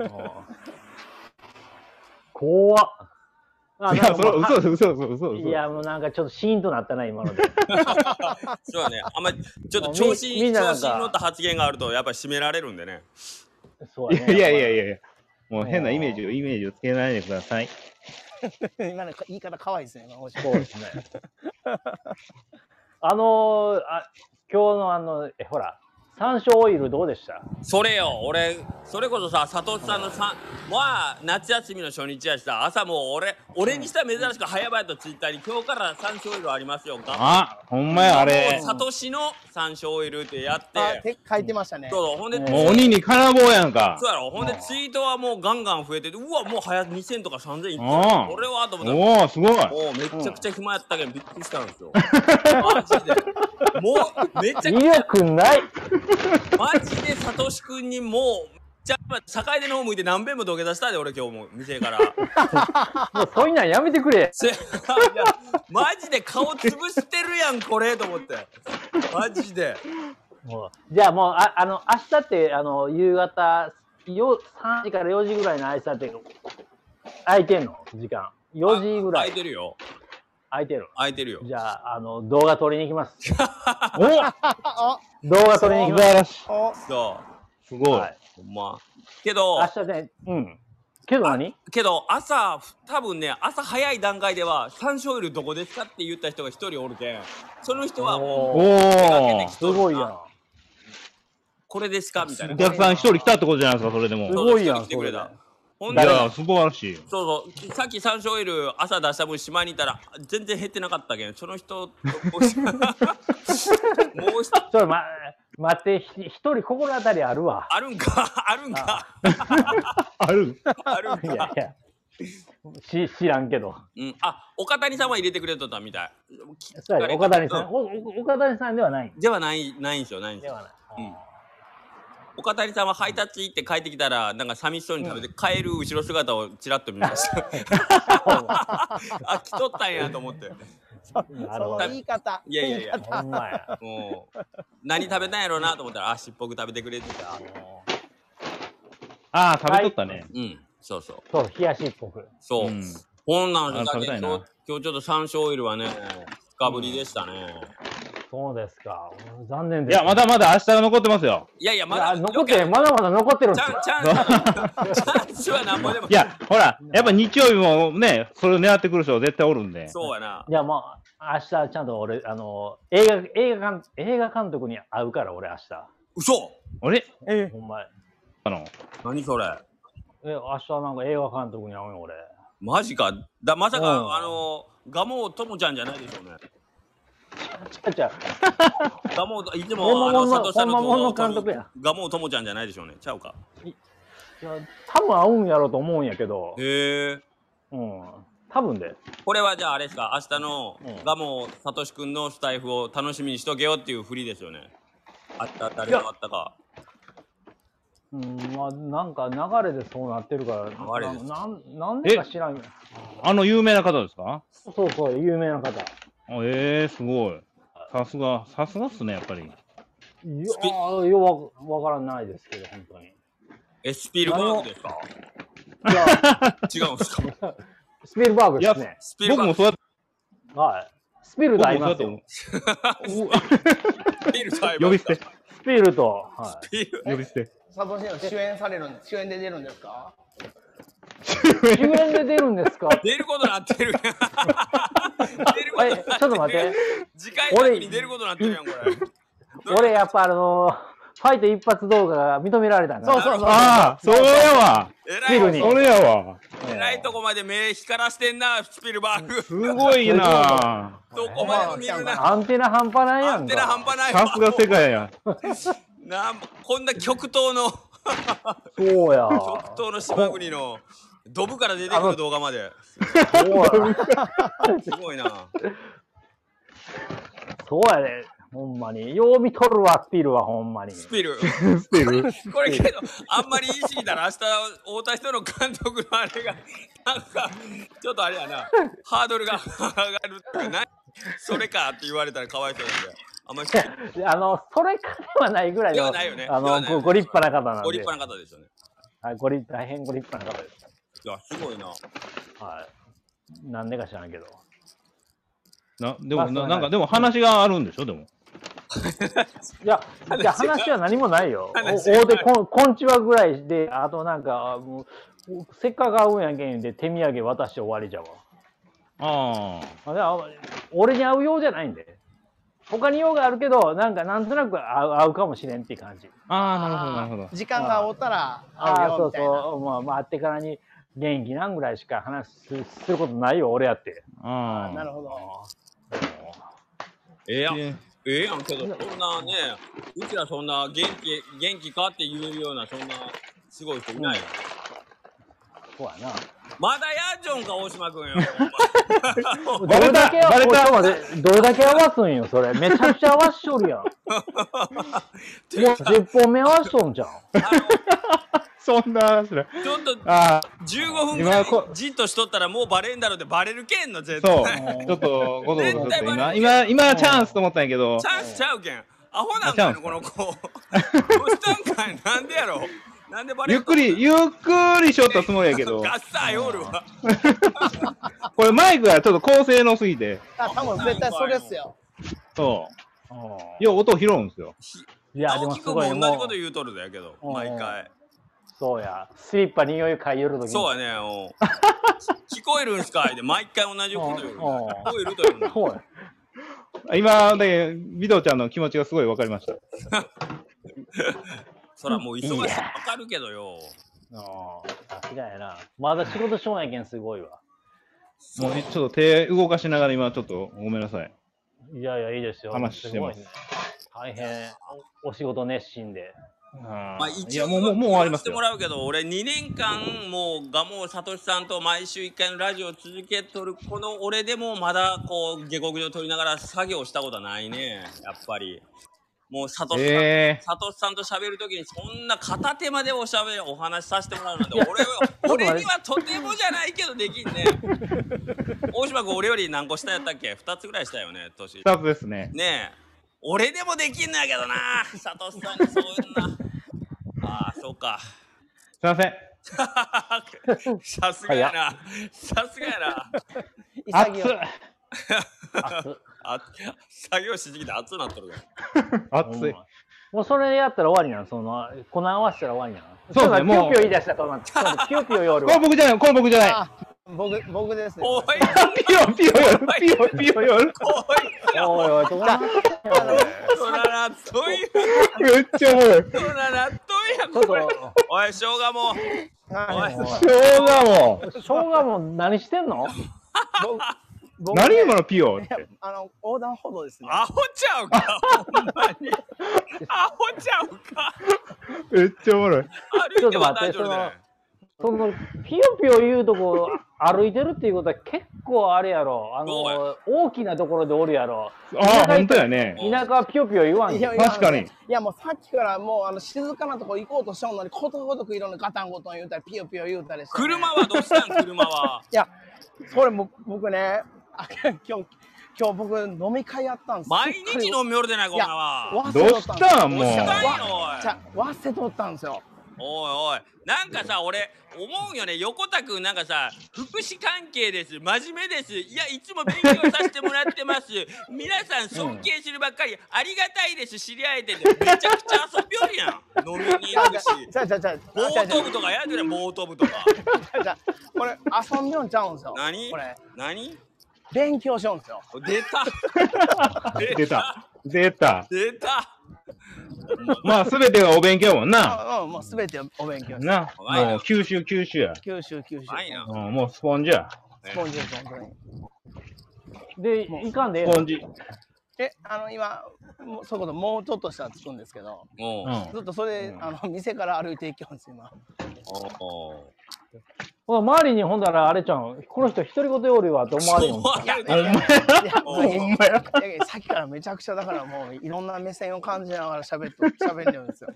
[SPEAKER 2] 怖っ。あ
[SPEAKER 3] い
[SPEAKER 2] なんか
[SPEAKER 3] や、そ
[SPEAKER 2] も
[SPEAKER 3] れ
[SPEAKER 2] う
[SPEAKER 3] 嘘、嘘、嘘、嘘、嘘。
[SPEAKER 2] いや、もうなんかちょっとシーンとなったな、今ので。
[SPEAKER 1] そう やね。あんま、ちょっと調子、
[SPEAKER 2] みみんなな
[SPEAKER 1] 調
[SPEAKER 2] んか
[SPEAKER 1] 子に乗った発言があると、やっぱり締められるんでね。
[SPEAKER 2] そう
[SPEAKER 3] い
[SPEAKER 2] や
[SPEAKER 3] や
[SPEAKER 2] ね
[SPEAKER 3] いやいやいやいや。もう変なイメージを、イメージをつけないでください。
[SPEAKER 4] 今の言い方可愛いですね。今おし
[SPEAKER 2] そうですね。あのーあ、今日のあの、え、ほら、山椒オイルどうでした
[SPEAKER 1] それよ、俺、それこそさ、佐藤さんのさ、まあ、夏休みの初日やしさ、朝もう俺、俺にしたら珍しく早々とツイッターに、今日から山椒オイルありますよか。
[SPEAKER 3] あ、ほんまや、あれ。
[SPEAKER 1] サトシの山椒オイルってやっ
[SPEAKER 4] あ
[SPEAKER 1] て、
[SPEAKER 4] て書いてましたね。
[SPEAKER 1] そうそう、ほんで、
[SPEAKER 3] もう鬼に金棒やんか
[SPEAKER 1] そ。うやろほんでツイートはもうガンガン増えててうわもう早2000とか3000いってる
[SPEAKER 3] うん
[SPEAKER 1] 俺はと思ったら
[SPEAKER 3] おお、すごい。
[SPEAKER 1] もうめちゃくちゃ暇やったけどびっくりしたん ですよ。マジで。もうめちゃく
[SPEAKER 2] 威力ない
[SPEAKER 1] マジでサトシ君にもう、じゃあ、社会での方向いて何遍も土下座したで、俺今日も店 から。
[SPEAKER 2] もうそういうのはやめてくれ。
[SPEAKER 1] せいやマジで顔潰してるやん、これと思って。マジで。
[SPEAKER 2] もうじゃあもう、ああの、明日って、あの、夕方、よ3時から4時ぐらいの挨拶って、空いてんの時間。4時ぐら
[SPEAKER 1] 空い
[SPEAKER 2] い
[SPEAKER 1] てるよ。
[SPEAKER 2] 空いてる。
[SPEAKER 1] 空いてるよ。
[SPEAKER 2] じゃあ、あの、動画撮りに行きます。
[SPEAKER 3] お素
[SPEAKER 4] あ、
[SPEAKER 2] 動画撮りに行きます。
[SPEAKER 3] 晴らしい。
[SPEAKER 4] あ、お、
[SPEAKER 1] そ。
[SPEAKER 3] すごい
[SPEAKER 2] は。いう
[SPEAKER 1] ほんま。けど
[SPEAKER 2] 明、日ね、うん。けど何
[SPEAKER 1] けど朝、多分ね、朝早い段階では、山椒オイルどこですかって言った人が一人おるけん、その人はもう、
[SPEAKER 3] お
[SPEAKER 2] おー
[SPEAKER 3] お。
[SPEAKER 2] すごいやん。
[SPEAKER 1] これですかみたいな
[SPEAKER 3] お。客さん一人来たってことじゃないですか、それでも。
[SPEAKER 2] す
[SPEAKER 3] い
[SPEAKER 2] ごいやん
[SPEAKER 1] そう来てくれた
[SPEAKER 2] それ
[SPEAKER 1] ほんで
[SPEAKER 3] や、素晴らしい。
[SPEAKER 1] そうそうさっき山椒オイル朝出した分しまいにいたら全然減ってなかったけんその人と もう一人
[SPEAKER 2] ちょっと、ま、待って、ひ一人 心当たりあるわ。
[SPEAKER 1] あるんかあるんか
[SPEAKER 3] ある。
[SPEAKER 1] あるん
[SPEAKER 2] いやい
[SPEAKER 1] か
[SPEAKER 2] や。し知らんけど。
[SPEAKER 1] うん、あ岡谷さんは入れてくれとったみたい。
[SPEAKER 2] そうやね岡谷さ、
[SPEAKER 1] うん
[SPEAKER 2] おお岡谷さんではない。
[SPEAKER 1] ではないないんですよないんです
[SPEAKER 2] で
[SPEAKER 1] よ。
[SPEAKER 2] はない。
[SPEAKER 1] うん
[SPEAKER 2] あ
[SPEAKER 1] 岡谷さんはハイタッチ行って帰ってきたらなんか寂しそうに食べて帰る後ろ姿をちらっと見ました。 あ来とったんやと思って。
[SPEAKER 2] ーな
[SPEAKER 4] そ
[SPEAKER 2] るほど。
[SPEAKER 4] の言い方。
[SPEAKER 1] いやいやいや。
[SPEAKER 2] ほんまや。
[SPEAKER 1] もう何食べたんやろうなと思ったらあしっぽく食べてくれてた。
[SPEAKER 3] ああ、食べとったね。
[SPEAKER 1] うんそうそう
[SPEAKER 2] そう、冷やしっぽく。
[SPEAKER 1] そう。
[SPEAKER 3] うん
[SPEAKER 1] こんなんで
[SPEAKER 3] あ
[SPEAKER 1] だ
[SPEAKER 3] 食
[SPEAKER 1] け
[SPEAKER 3] べたいな
[SPEAKER 1] 今日今日ちょっと山椒オイルはね深ぶりでしたね。
[SPEAKER 2] そうですか。残念
[SPEAKER 3] い
[SPEAKER 2] です。
[SPEAKER 3] や、まだまだ明日が残ってますよ。
[SPEAKER 1] いやいやま
[SPEAKER 2] いや
[SPEAKER 1] だ
[SPEAKER 2] 残って、まだまだ残ってるん
[SPEAKER 1] チャ
[SPEAKER 2] です
[SPEAKER 1] ン
[SPEAKER 2] よ。
[SPEAKER 1] チャンスチャンスはなんぼ でも
[SPEAKER 3] いや、ほら、やっぱ日曜日もね、それを狙ってくる人絶対おるんで。
[SPEAKER 1] そうやな。
[SPEAKER 2] いや、もう、明日、ちゃんと俺、あの、映画、映画監映画監督に会うから、俺、明
[SPEAKER 1] 嘘
[SPEAKER 3] あれ
[SPEAKER 4] え
[SPEAKER 2] 日。ほんまに。
[SPEAKER 3] あの、
[SPEAKER 1] 何それ
[SPEAKER 2] え、明日なんか映画監督に会うよ、俺。
[SPEAKER 1] マジか。だまさか、
[SPEAKER 2] うん
[SPEAKER 1] あの、ガモともちゃんじゃないでしょうね。
[SPEAKER 2] ちゃうちゃう。
[SPEAKER 1] ガモいつ
[SPEAKER 2] ほ
[SPEAKER 1] も、あ
[SPEAKER 2] んま
[SPEAKER 1] の、
[SPEAKER 2] もんの
[SPEAKER 1] サトシさんの
[SPEAKER 2] ほんまもんの
[SPEAKER 1] 動画を撮る
[SPEAKER 2] 監督や
[SPEAKER 1] ガモともちゃんじゃないでしょうね。ちゃうか。
[SPEAKER 2] いや多分会うんやろうと思うんやけど、
[SPEAKER 1] へえ。
[SPEAKER 2] うん。多分で。
[SPEAKER 1] これはじゃああれですか、明日の
[SPEAKER 2] うん
[SPEAKER 1] ガモサトシ君のスタイフを楽しみにしとけよっていうふりですよね。あった、誰があったか。
[SPEAKER 2] うん、まあ、なんか流れでそうなってるから、
[SPEAKER 1] 流れです
[SPEAKER 2] なんなんでか知らんよ。
[SPEAKER 3] あの有名な方ですか
[SPEAKER 2] そうそう、有名な方。
[SPEAKER 3] あええすごい。さすが、さすがっすね、やっぱり。
[SPEAKER 2] いやー、ようわわからないですけど、本当に。
[SPEAKER 1] え、スピルバーグですか
[SPEAKER 2] いや、
[SPEAKER 1] 違うんですか
[SPEAKER 2] スピルバーグです
[SPEAKER 3] い
[SPEAKER 2] ね。
[SPEAKER 1] スピル
[SPEAKER 3] 僕
[SPEAKER 1] バー
[SPEAKER 3] も
[SPEAKER 1] グ、
[SPEAKER 3] そうやって、
[SPEAKER 2] はい。スピルと
[SPEAKER 3] 僕
[SPEAKER 2] 会い
[SPEAKER 3] もそうや
[SPEAKER 2] ま
[SPEAKER 3] っ
[SPEAKER 2] す
[SPEAKER 3] て
[SPEAKER 2] よ。
[SPEAKER 3] 思う。
[SPEAKER 1] スピルちゃいま
[SPEAKER 3] 呼び
[SPEAKER 1] す
[SPEAKER 3] 捨て、
[SPEAKER 2] スピルと、は
[SPEAKER 1] スピル
[SPEAKER 3] 呼び捨て。
[SPEAKER 4] サトシの主演されるん主演で出るんですか
[SPEAKER 2] い。主演で出るんで すか
[SPEAKER 1] 出ることなってるやん。出ること
[SPEAKER 2] え、
[SPEAKER 1] な
[SPEAKER 2] ちょっと待って。
[SPEAKER 1] 次回作に出ることになってるやん、これ。
[SPEAKER 2] 俺、やっぱあのーファイト一発動画が認められたんだ。
[SPEAKER 4] そうそうそう。
[SPEAKER 3] ああ、それやわ。
[SPEAKER 1] え
[SPEAKER 2] スピ
[SPEAKER 1] ら
[SPEAKER 2] ル
[SPEAKER 1] い
[SPEAKER 2] に
[SPEAKER 3] それやわ。
[SPEAKER 1] えらいとこまで目光らしてんな、スピルバーグ。
[SPEAKER 3] すごいな。
[SPEAKER 1] どこまでも見るな。
[SPEAKER 2] アンテナ半端ないや
[SPEAKER 1] ア
[SPEAKER 2] ん
[SPEAKER 1] ン
[SPEAKER 2] か。
[SPEAKER 1] テナ半端ないわ。
[SPEAKER 3] さすが世界や。
[SPEAKER 1] なんこんな極東の、
[SPEAKER 2] そう や。
[SPEAKER 1] 極東の島国の、ドブから出て
[SPEAKER 2] あ
[SPEAKER 1] くる
[SPEAKER 2] の
[SPEAKER 1] 動画まで。
[SPEAKER 2] そうや。
[SPEAKER 1] すごいな。
[SPEAKER 2] そうやで。ほんまに。よう見とるわ、スピルはほんまに。
[SPEAKER 1] スピル。
[SPEAKER 3] スピル。
[SPEAKER 1] これけど、あんまり言い過ぎたら、明日、太田人の監督のあれが、なんか、ちょっとあれやな、ハードルが上がるとか、ないそれかって言われたらかわいそうなんで、あんまり
[SPEAKER 2] あの、それかではないぐらい
[SPEAKER 1] で
[SPEAKER 2] の、
[SPEAKER 1] はないよねで
[SPEAKER 2] あ
[SPEAKER 1] は
[SPEAKER 2] の、
[SPEAKER 1] ないよ
[SPEAKER 2] ご
[SPEAKER 1] ね
[SPEAKER 2] ご立派な方なんで。
[SPEAKER 1] ご立派な方ですよね。
[SPEAKER 2] はい、ご立大変ご立派な方です。
[SPEAKER 1] いや、すごいな。
[SPEAKER 2] はい。なんでか知らんけど。
[SPEAKER 3] な、で
[SPEAKER 2] ま
[SPEAKER 3] も、
[SPEAKER 2] あそれ
[SPEAKER 3] な
[SPEAKER 2] は
[SPEAKER 3] なん
[SPEAKER 2] な
[SPEAKER 3] か、
[SPEAKER 2] い
[SPEAKER 3] でも話があるんでしょ、でも。
[SPEAKER 2] いや、
[SPEAKER 1] 話
[SPEAKER 2] じゃあ話は何もないよ。お
[SPEAKER 1] 話
[SPEAKER 2] 大手こん、こんちはぐらいで、あとなんか、もうおせっかく会うんやけんで手土産渡して終わりじゃわ。
[SPEAKER 3] ああ。
[SPEAKER 2] あであ俺に会うようじゃないんで。他に用があるけど、なんかなんとなく会う会うかもしれんっていう感じ。
[SPEAKER 3] ああ、なるほど、なるほど。
[SPEAKER 4] 時間がおったら会う
[SPEAKER 2] ああ、
[SPEAKER 4] よ
[SPEAKER 2] そ
[SPEAKER 4] み
[SPEAKER 2] う
[SPEAKER 4] たいな。
[SPEAKER 2] そう。まあ、まあ、会ってからに元気なんぐらいしか話すすることないよ、俺やって。
[SPEAKER 3] ああ。
[SPEAKER 4] なるほど。
[SPEAKER 1] ええやん。え
[SPEAKER 3] で
[SPEAKER 1] えやんけど、そんなね、うちらそんな元気、元気かって言えるような、そんな、すごい人いないよ。
[SPEAKER 2] そうやな。
[SPEAKER 1] まだやんじょんか、大島君よ。
[SPEAKER 2] ど
[SPEAKER 3] バ
[SPEAKER 2] れ
[SPEAKER 3] レた
[SPEAKER 2] だけ
[SPEAKER 3] バレた
[SPEAKER 2] ちょっと待ってどれだけ合わすんよ、それ。めちゃくちゃ合わしとるやん。もう10本目合わしとんじゃん。
[SPEAKER 1] お前あ
[SPEAKER 3] そんな話だ。
[SPEAKER 1] のちょっと
[SPEAKER 3] ああ、
[SPEAKER 1] 15分ぐらい
[SPEAKER 3] 今こ
[SPEAKER 1] じっとしとったらもうバレんだろうってバレるけんの絶対
[SPEAKER 3] そう。ちょっと、ごとごとちょっと
[SPEAKER 1] 絶対バ
[SPEAKER 3] 今、
[SPEAKER 1] レる
[SPEAKER 3] 今、今、チャンスと思ったんやけど
[SPEAKER 1] チ、ャンスちゃうけんアホなんか
[SPEAKER 3] あ
[SPEAKER 1] よ
[SPEAKER 3] チャンス
[SPEAKER 1] この子 どうしたんかいなんでやろなんでバレ
[SPEAKER 3] ゆっ
[SPEAKER 1] んか
[SPEAKER 3] くり、ゆっくりしよったつもりやけど、
[SPEAKER 1] ガッサーよるわ
[SPEAKER 3] これマイクがちょっと高性能すぎて、
[SPEAKER 4] あ、多分絶対それっすよ。
[SPEAKER 3] そう。
[SPEAKER 2] うん
[SPEAKER 3] よう音拾うんですよ。
[SPEAKER 2] いや、で
[SPEAKER 1] 青
[SPEAKER 2] も
[SPEAKER 1] 木
[SPEAKER 2] す
[SPEAKER 1] 君
[SPEAKER 2] ごい
[SPEAKER 1] も同じ
[SPEAKER 2] も
[SPEAKER 1] こ
[SPEAKER 2] う
[SPEAKER 1] と、言うとるだやけど
[SPEAKER 2] うん
[SPEAKER 1] 毎回
[SPEAKER 2] そうや、スリッパに匂い嗅いよるとき
[SPEAKER 1] そう
[SPEAKER 2] や。
[SPEAKER 1] やね おう聞こえるんすかいで 毎回同じこと言う聞
[SPEAKER 2] うん
[SPEAKER 1] こえるという
[SPEAKER 2] そうや。
[SPEAKER 3] 今、ね、ビドちゃんの気持ちがすごいわかりました。
[SPEAKER 1] そらもう忙しいわかるけどよ
[SPEAKER 2] うんさすがやな。まだ仕事しもんやけんすごいわ。
[SPEAKER 3] もうちょっと手動かしながら今、ちょっとごめんなさい。
[SPEAKER 2] いやいや、いいですよ。
[SPEAKER 3] 話してます
[SPEAKER 2] すごいね。大変おお仕事熱心で。
[SPEAKER 3] ま
[SPEAKER 1] まあ、一
[SPEAKER 3] いや、
[SPEAKER 1] 応
[SPEAKER 3] もう、もう、もう終わりま
[SPEAKER 1] し
[SPEAKER 3] す
[SPEAKER 1] て
[SPEAKER 3] よ
[SPEAKER 1] も。らうけど、俺2年間、もう、ガモーサトシさんと毎週1回のラジオを続けとる、この俺でもまだ、こう、下克上取りながら作業したことはないね、やっぱり。もう、サトシさん、
[SPEAKER 3] え
[SPEAKER 1] サトシさんと喋るときに、そんな片手間でおしゃべり、お話しさせてもらうなんて、俺、俺にはとてもじゃないけどできんね。大島君、俺より何個下やったっけ ?2 つぐらいしたよね、年
[SPEAKER 3] ー、ス。タートですね。
[SPEAKER 1] ねえ俺でもできんのやけどな佐藤さんにそういうなああそうか
[SPEAKER 3] すいません。
[SPEAKER 1] さすがやなさすがやな
[SPEAKER 3] 熱
[SPEAKER 4] 潔
[SPEAKER 3] っ
[SPEAKER 4] い。
[SPEAKER 1] あ作業しすぎて熱くなっとるよ
[SPEAKER 3] 熱い。
[SPEAKER 2] もうそれやったら終わりなのその粉合わせたら終わりなの
[SPEAKER 3] そうねも
[SPEAKER 2] ピヨ
[SPEAKER 3] う
[SPEAKER 2] ピヨ言い出したらそうなんですそうですピヨピヨ夜
[SPEAKER 3] これ
[SPEAKER 2] は
[SPEAKER 3] 僕じゃない、これ僕じゃない。
[SPEAKER 4] あ僕、僕ですね。
[SPEAKER 1] おい
[SPEAKER 3] ピヨピヨ夜、ピヨピヨ夜。
[SPEAKER 1] おい
[SPEAKER 2] おいおいどうな
[SPEAKER 1] そらなっといや
[SPEAKER 3] めっちゃおもろい。
[SPEAKER 1] そらなっといや
[SPEAKER 2] ち
[SPEAKER 1] これ
[SPEAKER 2] ょっ
[SPEAKER 1] おいしょうがもうお
[SPEAKER 4] はいい。
[SPEAKER 3] しょうがも
[SPEAKER 2] としょうがも何してんの
[SPEAKER 4] 僕
[SPEAKER 3] う。
[SPEAKER 4] 僕ね
[SPEAKER 3] 何今のピヨって。
[SPEAKER 4] あの、横断歩道ですね。
[SPEAKER 1] アホちゃうかほんまにアホちゃうか
[SPEAKER 3] めっちゃおもろい。
[SPEAKER 1] 歩いても大丈夫だよ
[SPEAKER 2] そのピヨピヨ言うとこ歩いてるっていうことは結構あれやろあ
[SPEAKER 1] どうや
[SPEAKER 2] の大きなところでおるやろ
[SPEAKER 3] ああ、本当やね。
[SPEAKER 2] 田舎はピヨピヨ言わん
[SPEAKER 4] い
[SPEAKER 2] よ
[SPEAKER 4] やいや
[SPEAKER 3] 確かに。
[SPEAKER 4] いやもうさっきからもうあの静かなとこ行こうとしょんのにことごとくいろんなガタンゴトン言うたりピヨピヨ言うたりして、
[SPEAKER 1] 車はどうしたん車はい
[SPEAKER 4] やこれも僕ねあ今日今日僕飲み会やったんです
[SPEAKER 1] 毎日飲みよるでないこん
[SPEAKER 4] いや
[SPEAKER 1] なんは
[SPEAKER 4] 忘
[SPEAKER 3] ど
[SPEAKER 4] れ
[SPEAKER 3] う
[SPEAKER 4] とっ
[SPEAKER 3] した
[SPEAKER 4] んですよ
[SPEAKER 3] たんもう
[SPEAKER 1] どう。したんやおい
[SPEAKER 4] じゃあ忘れとったんですよ
[SPEAKER 1] おいおいなんかさ俺思うよね横田君なんかさ福祉関係です真面目ですいやいつも勉強させてもらってます皆さん尊敬するばっかり、ありがたいです知り合えててめちゃくちゃ遊びよるやん飲みに行くし
[SPEAKER 4] じゃあじゃあじゃあじゃあじゃ
[SPEAKER 1] ボー
[SPEAKER 4] あじゃ
[SPEAKER 1] ト部とかやるやんボート部とか
[SPEAKER 4] あじゃあこれ遊んでんちゃうんですよ
[SPEAKER 1] 何
[SPEAKER 4] これ
[SPEAKER 1] 何
[SPEAKER 4] 勉強しようんですよ
[SPEAKER 1] 出た
[SPEAKER 3] 出た。出た。
[SPEAKER 1] 出た
[SPEAKER 3] まあ、すべてがお勉強やもんな。
[SPEAKER 4] うんうんもう全てお勉強です
[SPEAKER 3] な。もう、吸収吸収や。
[SPEAKER 4] 九州九州
[SPEAKER 1] うまいな
[SPEAKER 3] う、ん、もうスポンジや。
[SPEAKER 1] ね
[SPEAKER 4] スポンジです本当に
[SPEAKER 2] でいかんでええ
[SPEAKER 3] ス
[SPEAKER 2] の
[SPEAKER 3] ポンジ。
[SPEAKER 4] えあの今もうそういうこともうちょっとしたら着くんですけど
[SPEAKER 1] もう、
[SPEAKER 3] うん。
[SPEAKER 4] ずっとそれ、
[SPEAKER 3] うん
[SPEAKER 4] あの 店から歩いていきようんです 今
[SPEAKER 1] おお
[SPEAKER 2] ほな周りにほんだらあれちゃんこの人独り言おるわと思われんよ
[SPEAKER 1] お前
[SPEAKER 4] いや
[SPEAKER 1] おう
[SPEAKER 4] いや
[SPEAKER 3] ほんまや。
[SPEAKER 4] いやいやさっきからめちゃくちゃだからもういろんな目線を感じながら喋って喋ってる んですよ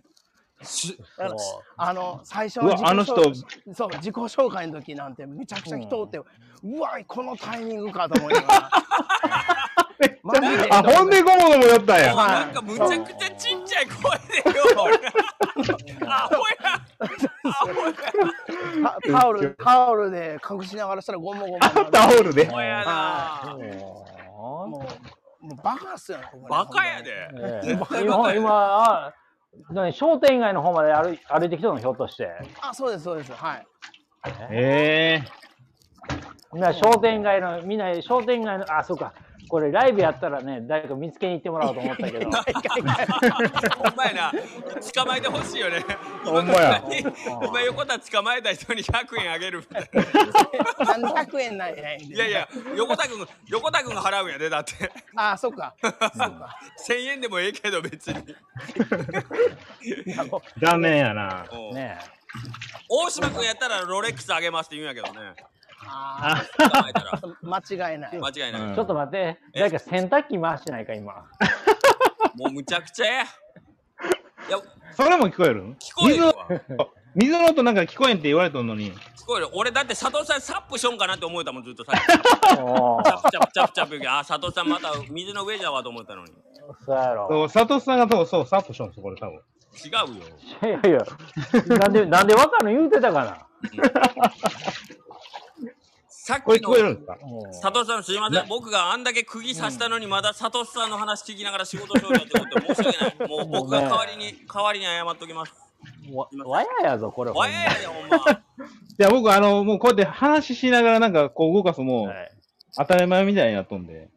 [SPEAKER 1] し
[SPEAKER 4] だからあの最初
[SPEAKER 3] う
[SPEAKER 4] の
[SPEAKER 3] わ
[SPEAKER 4] 自己
[SPEAKER 3] あの人
[SPEAKER 4] 紹そう自己紹介の時なんてめちゃくちゃ人おって、うわこのタイミングかと思い ながらマジで
[SPEAKER 3] あ、ほんでごもごもやったん
[SPEAKER 1] もう
[SPEAKER 3] や。
[SPEAKER 1] なんかむちゃくちゃちっちゃい声でよ。アホや。
[SPEAKER 4] タタオルタオルで隠しながらしたらゴモゴモになる
[SPEAKER 3] タオルで。
[SPEAKER 1] アホやな。
[SPEAKER 2] も
[SPEAKER 4] もうもうバカっすよねここね
[SPEAKER 1] バカやで
[SPEAKER 2] う。ええ今今あ何商店街の方まで歩い歩いてきたのひょっとして
[SPEAKER 4] あそうですそうで すはい
[SPEAKER 3] ええ
[SPEAKER 2] みんな商店街のみんな商店街のあそうかこれライブやったらね誰か見つけに行ってもらおうと思った けど
[SPEAKER 1] お前な、捕まえてほしいよね。
[SPEAKER 3] ほんまや
[SPEAKER 1] お前横田捕まえた人に100円あげるみたいな。
[SPEAKER 4] 何百円ないね
[SPEAKER 1] いやいや、横田君、横田君が払うんやで、だって。
[SPEAKER 4] あそっかそっか
[SPEAKER 1] 1000円でもええけど、別に。
[SPEAKER 3] 残念やな。
[SPEAKER 1] うん
[SPEAKER 2] ね
[SPEAKER 1] 大島君やったらロレックスあげますって言うんやけどね。
[SPEAKER 4] あ
[SPEAKER 3] あ、
[SPEAKER 1] 捕まえたら。
[SPEAKER 4] ー間違いない
[SPEAKER 1] 間違いな
[SPEAKER 3] う
[SPEAKER 1] い
[SPEAKER 3] ん
[SPEAKER 2] ちょっと待って誰か洗濯機回してない か今。
[SPEAKER 1] もうむちゃくちゃや。いや、聞
[SPEAKER 3] それも聞こえる
[SPEAKER 1] こえるわ。
[SPEAKER 3] 水の音なんか聞こえんって言われとんのに。
[SPEAKER 1] 聞こえる俺だって佐藤さんサップしょんかなって思えたもんずっとさっきチ
[SPEAKER 2] お
[SPEAKER 1] ャプチャプチャプチャプ言うけどあ佐藤さんまた水の上じゃわと思ったのに
[SPEAKER 2] そうやろ。
[SPEAKER 3] そう、佐藤さんがそう、そう、サップしょんですよ、これ多分。
[SPEAKER 1] 違うよ
[SPEAKER 2] いやいやなんでなんでわかる言うてたかな。
[SPEAKER 1] さっ
[SPEAKER 3] これ
[SPEAKER 1] き
[SPEAKER 3] 聞こえる
[SPEAKER 1] の
[SPEAKER 3] んですか
[SPEAKER 2] うん
[SPEAKER 1] 佐藤さんすいません僕があんだけ釘刺したのにまだ佐藤さんの話聞きながら仕事しようと思って申し訳ないもう僕が代わりに代わりに謝っときます
[SPEAKER 2] わわややぞこれ。
[SPEAKER 1] わややでほんま
[SPEAKER 3] いや、僕、あの、もうこうやって話しながらなんかこう動かす
[SPEAKER 2] ほ
[SPEAKER 3] も
[SPEAKER 2] ん
[SPEAKER 3] う
[SPEAKER 2] ま、はい
[SPEAKER 3] 当たり前みたいになっとんで。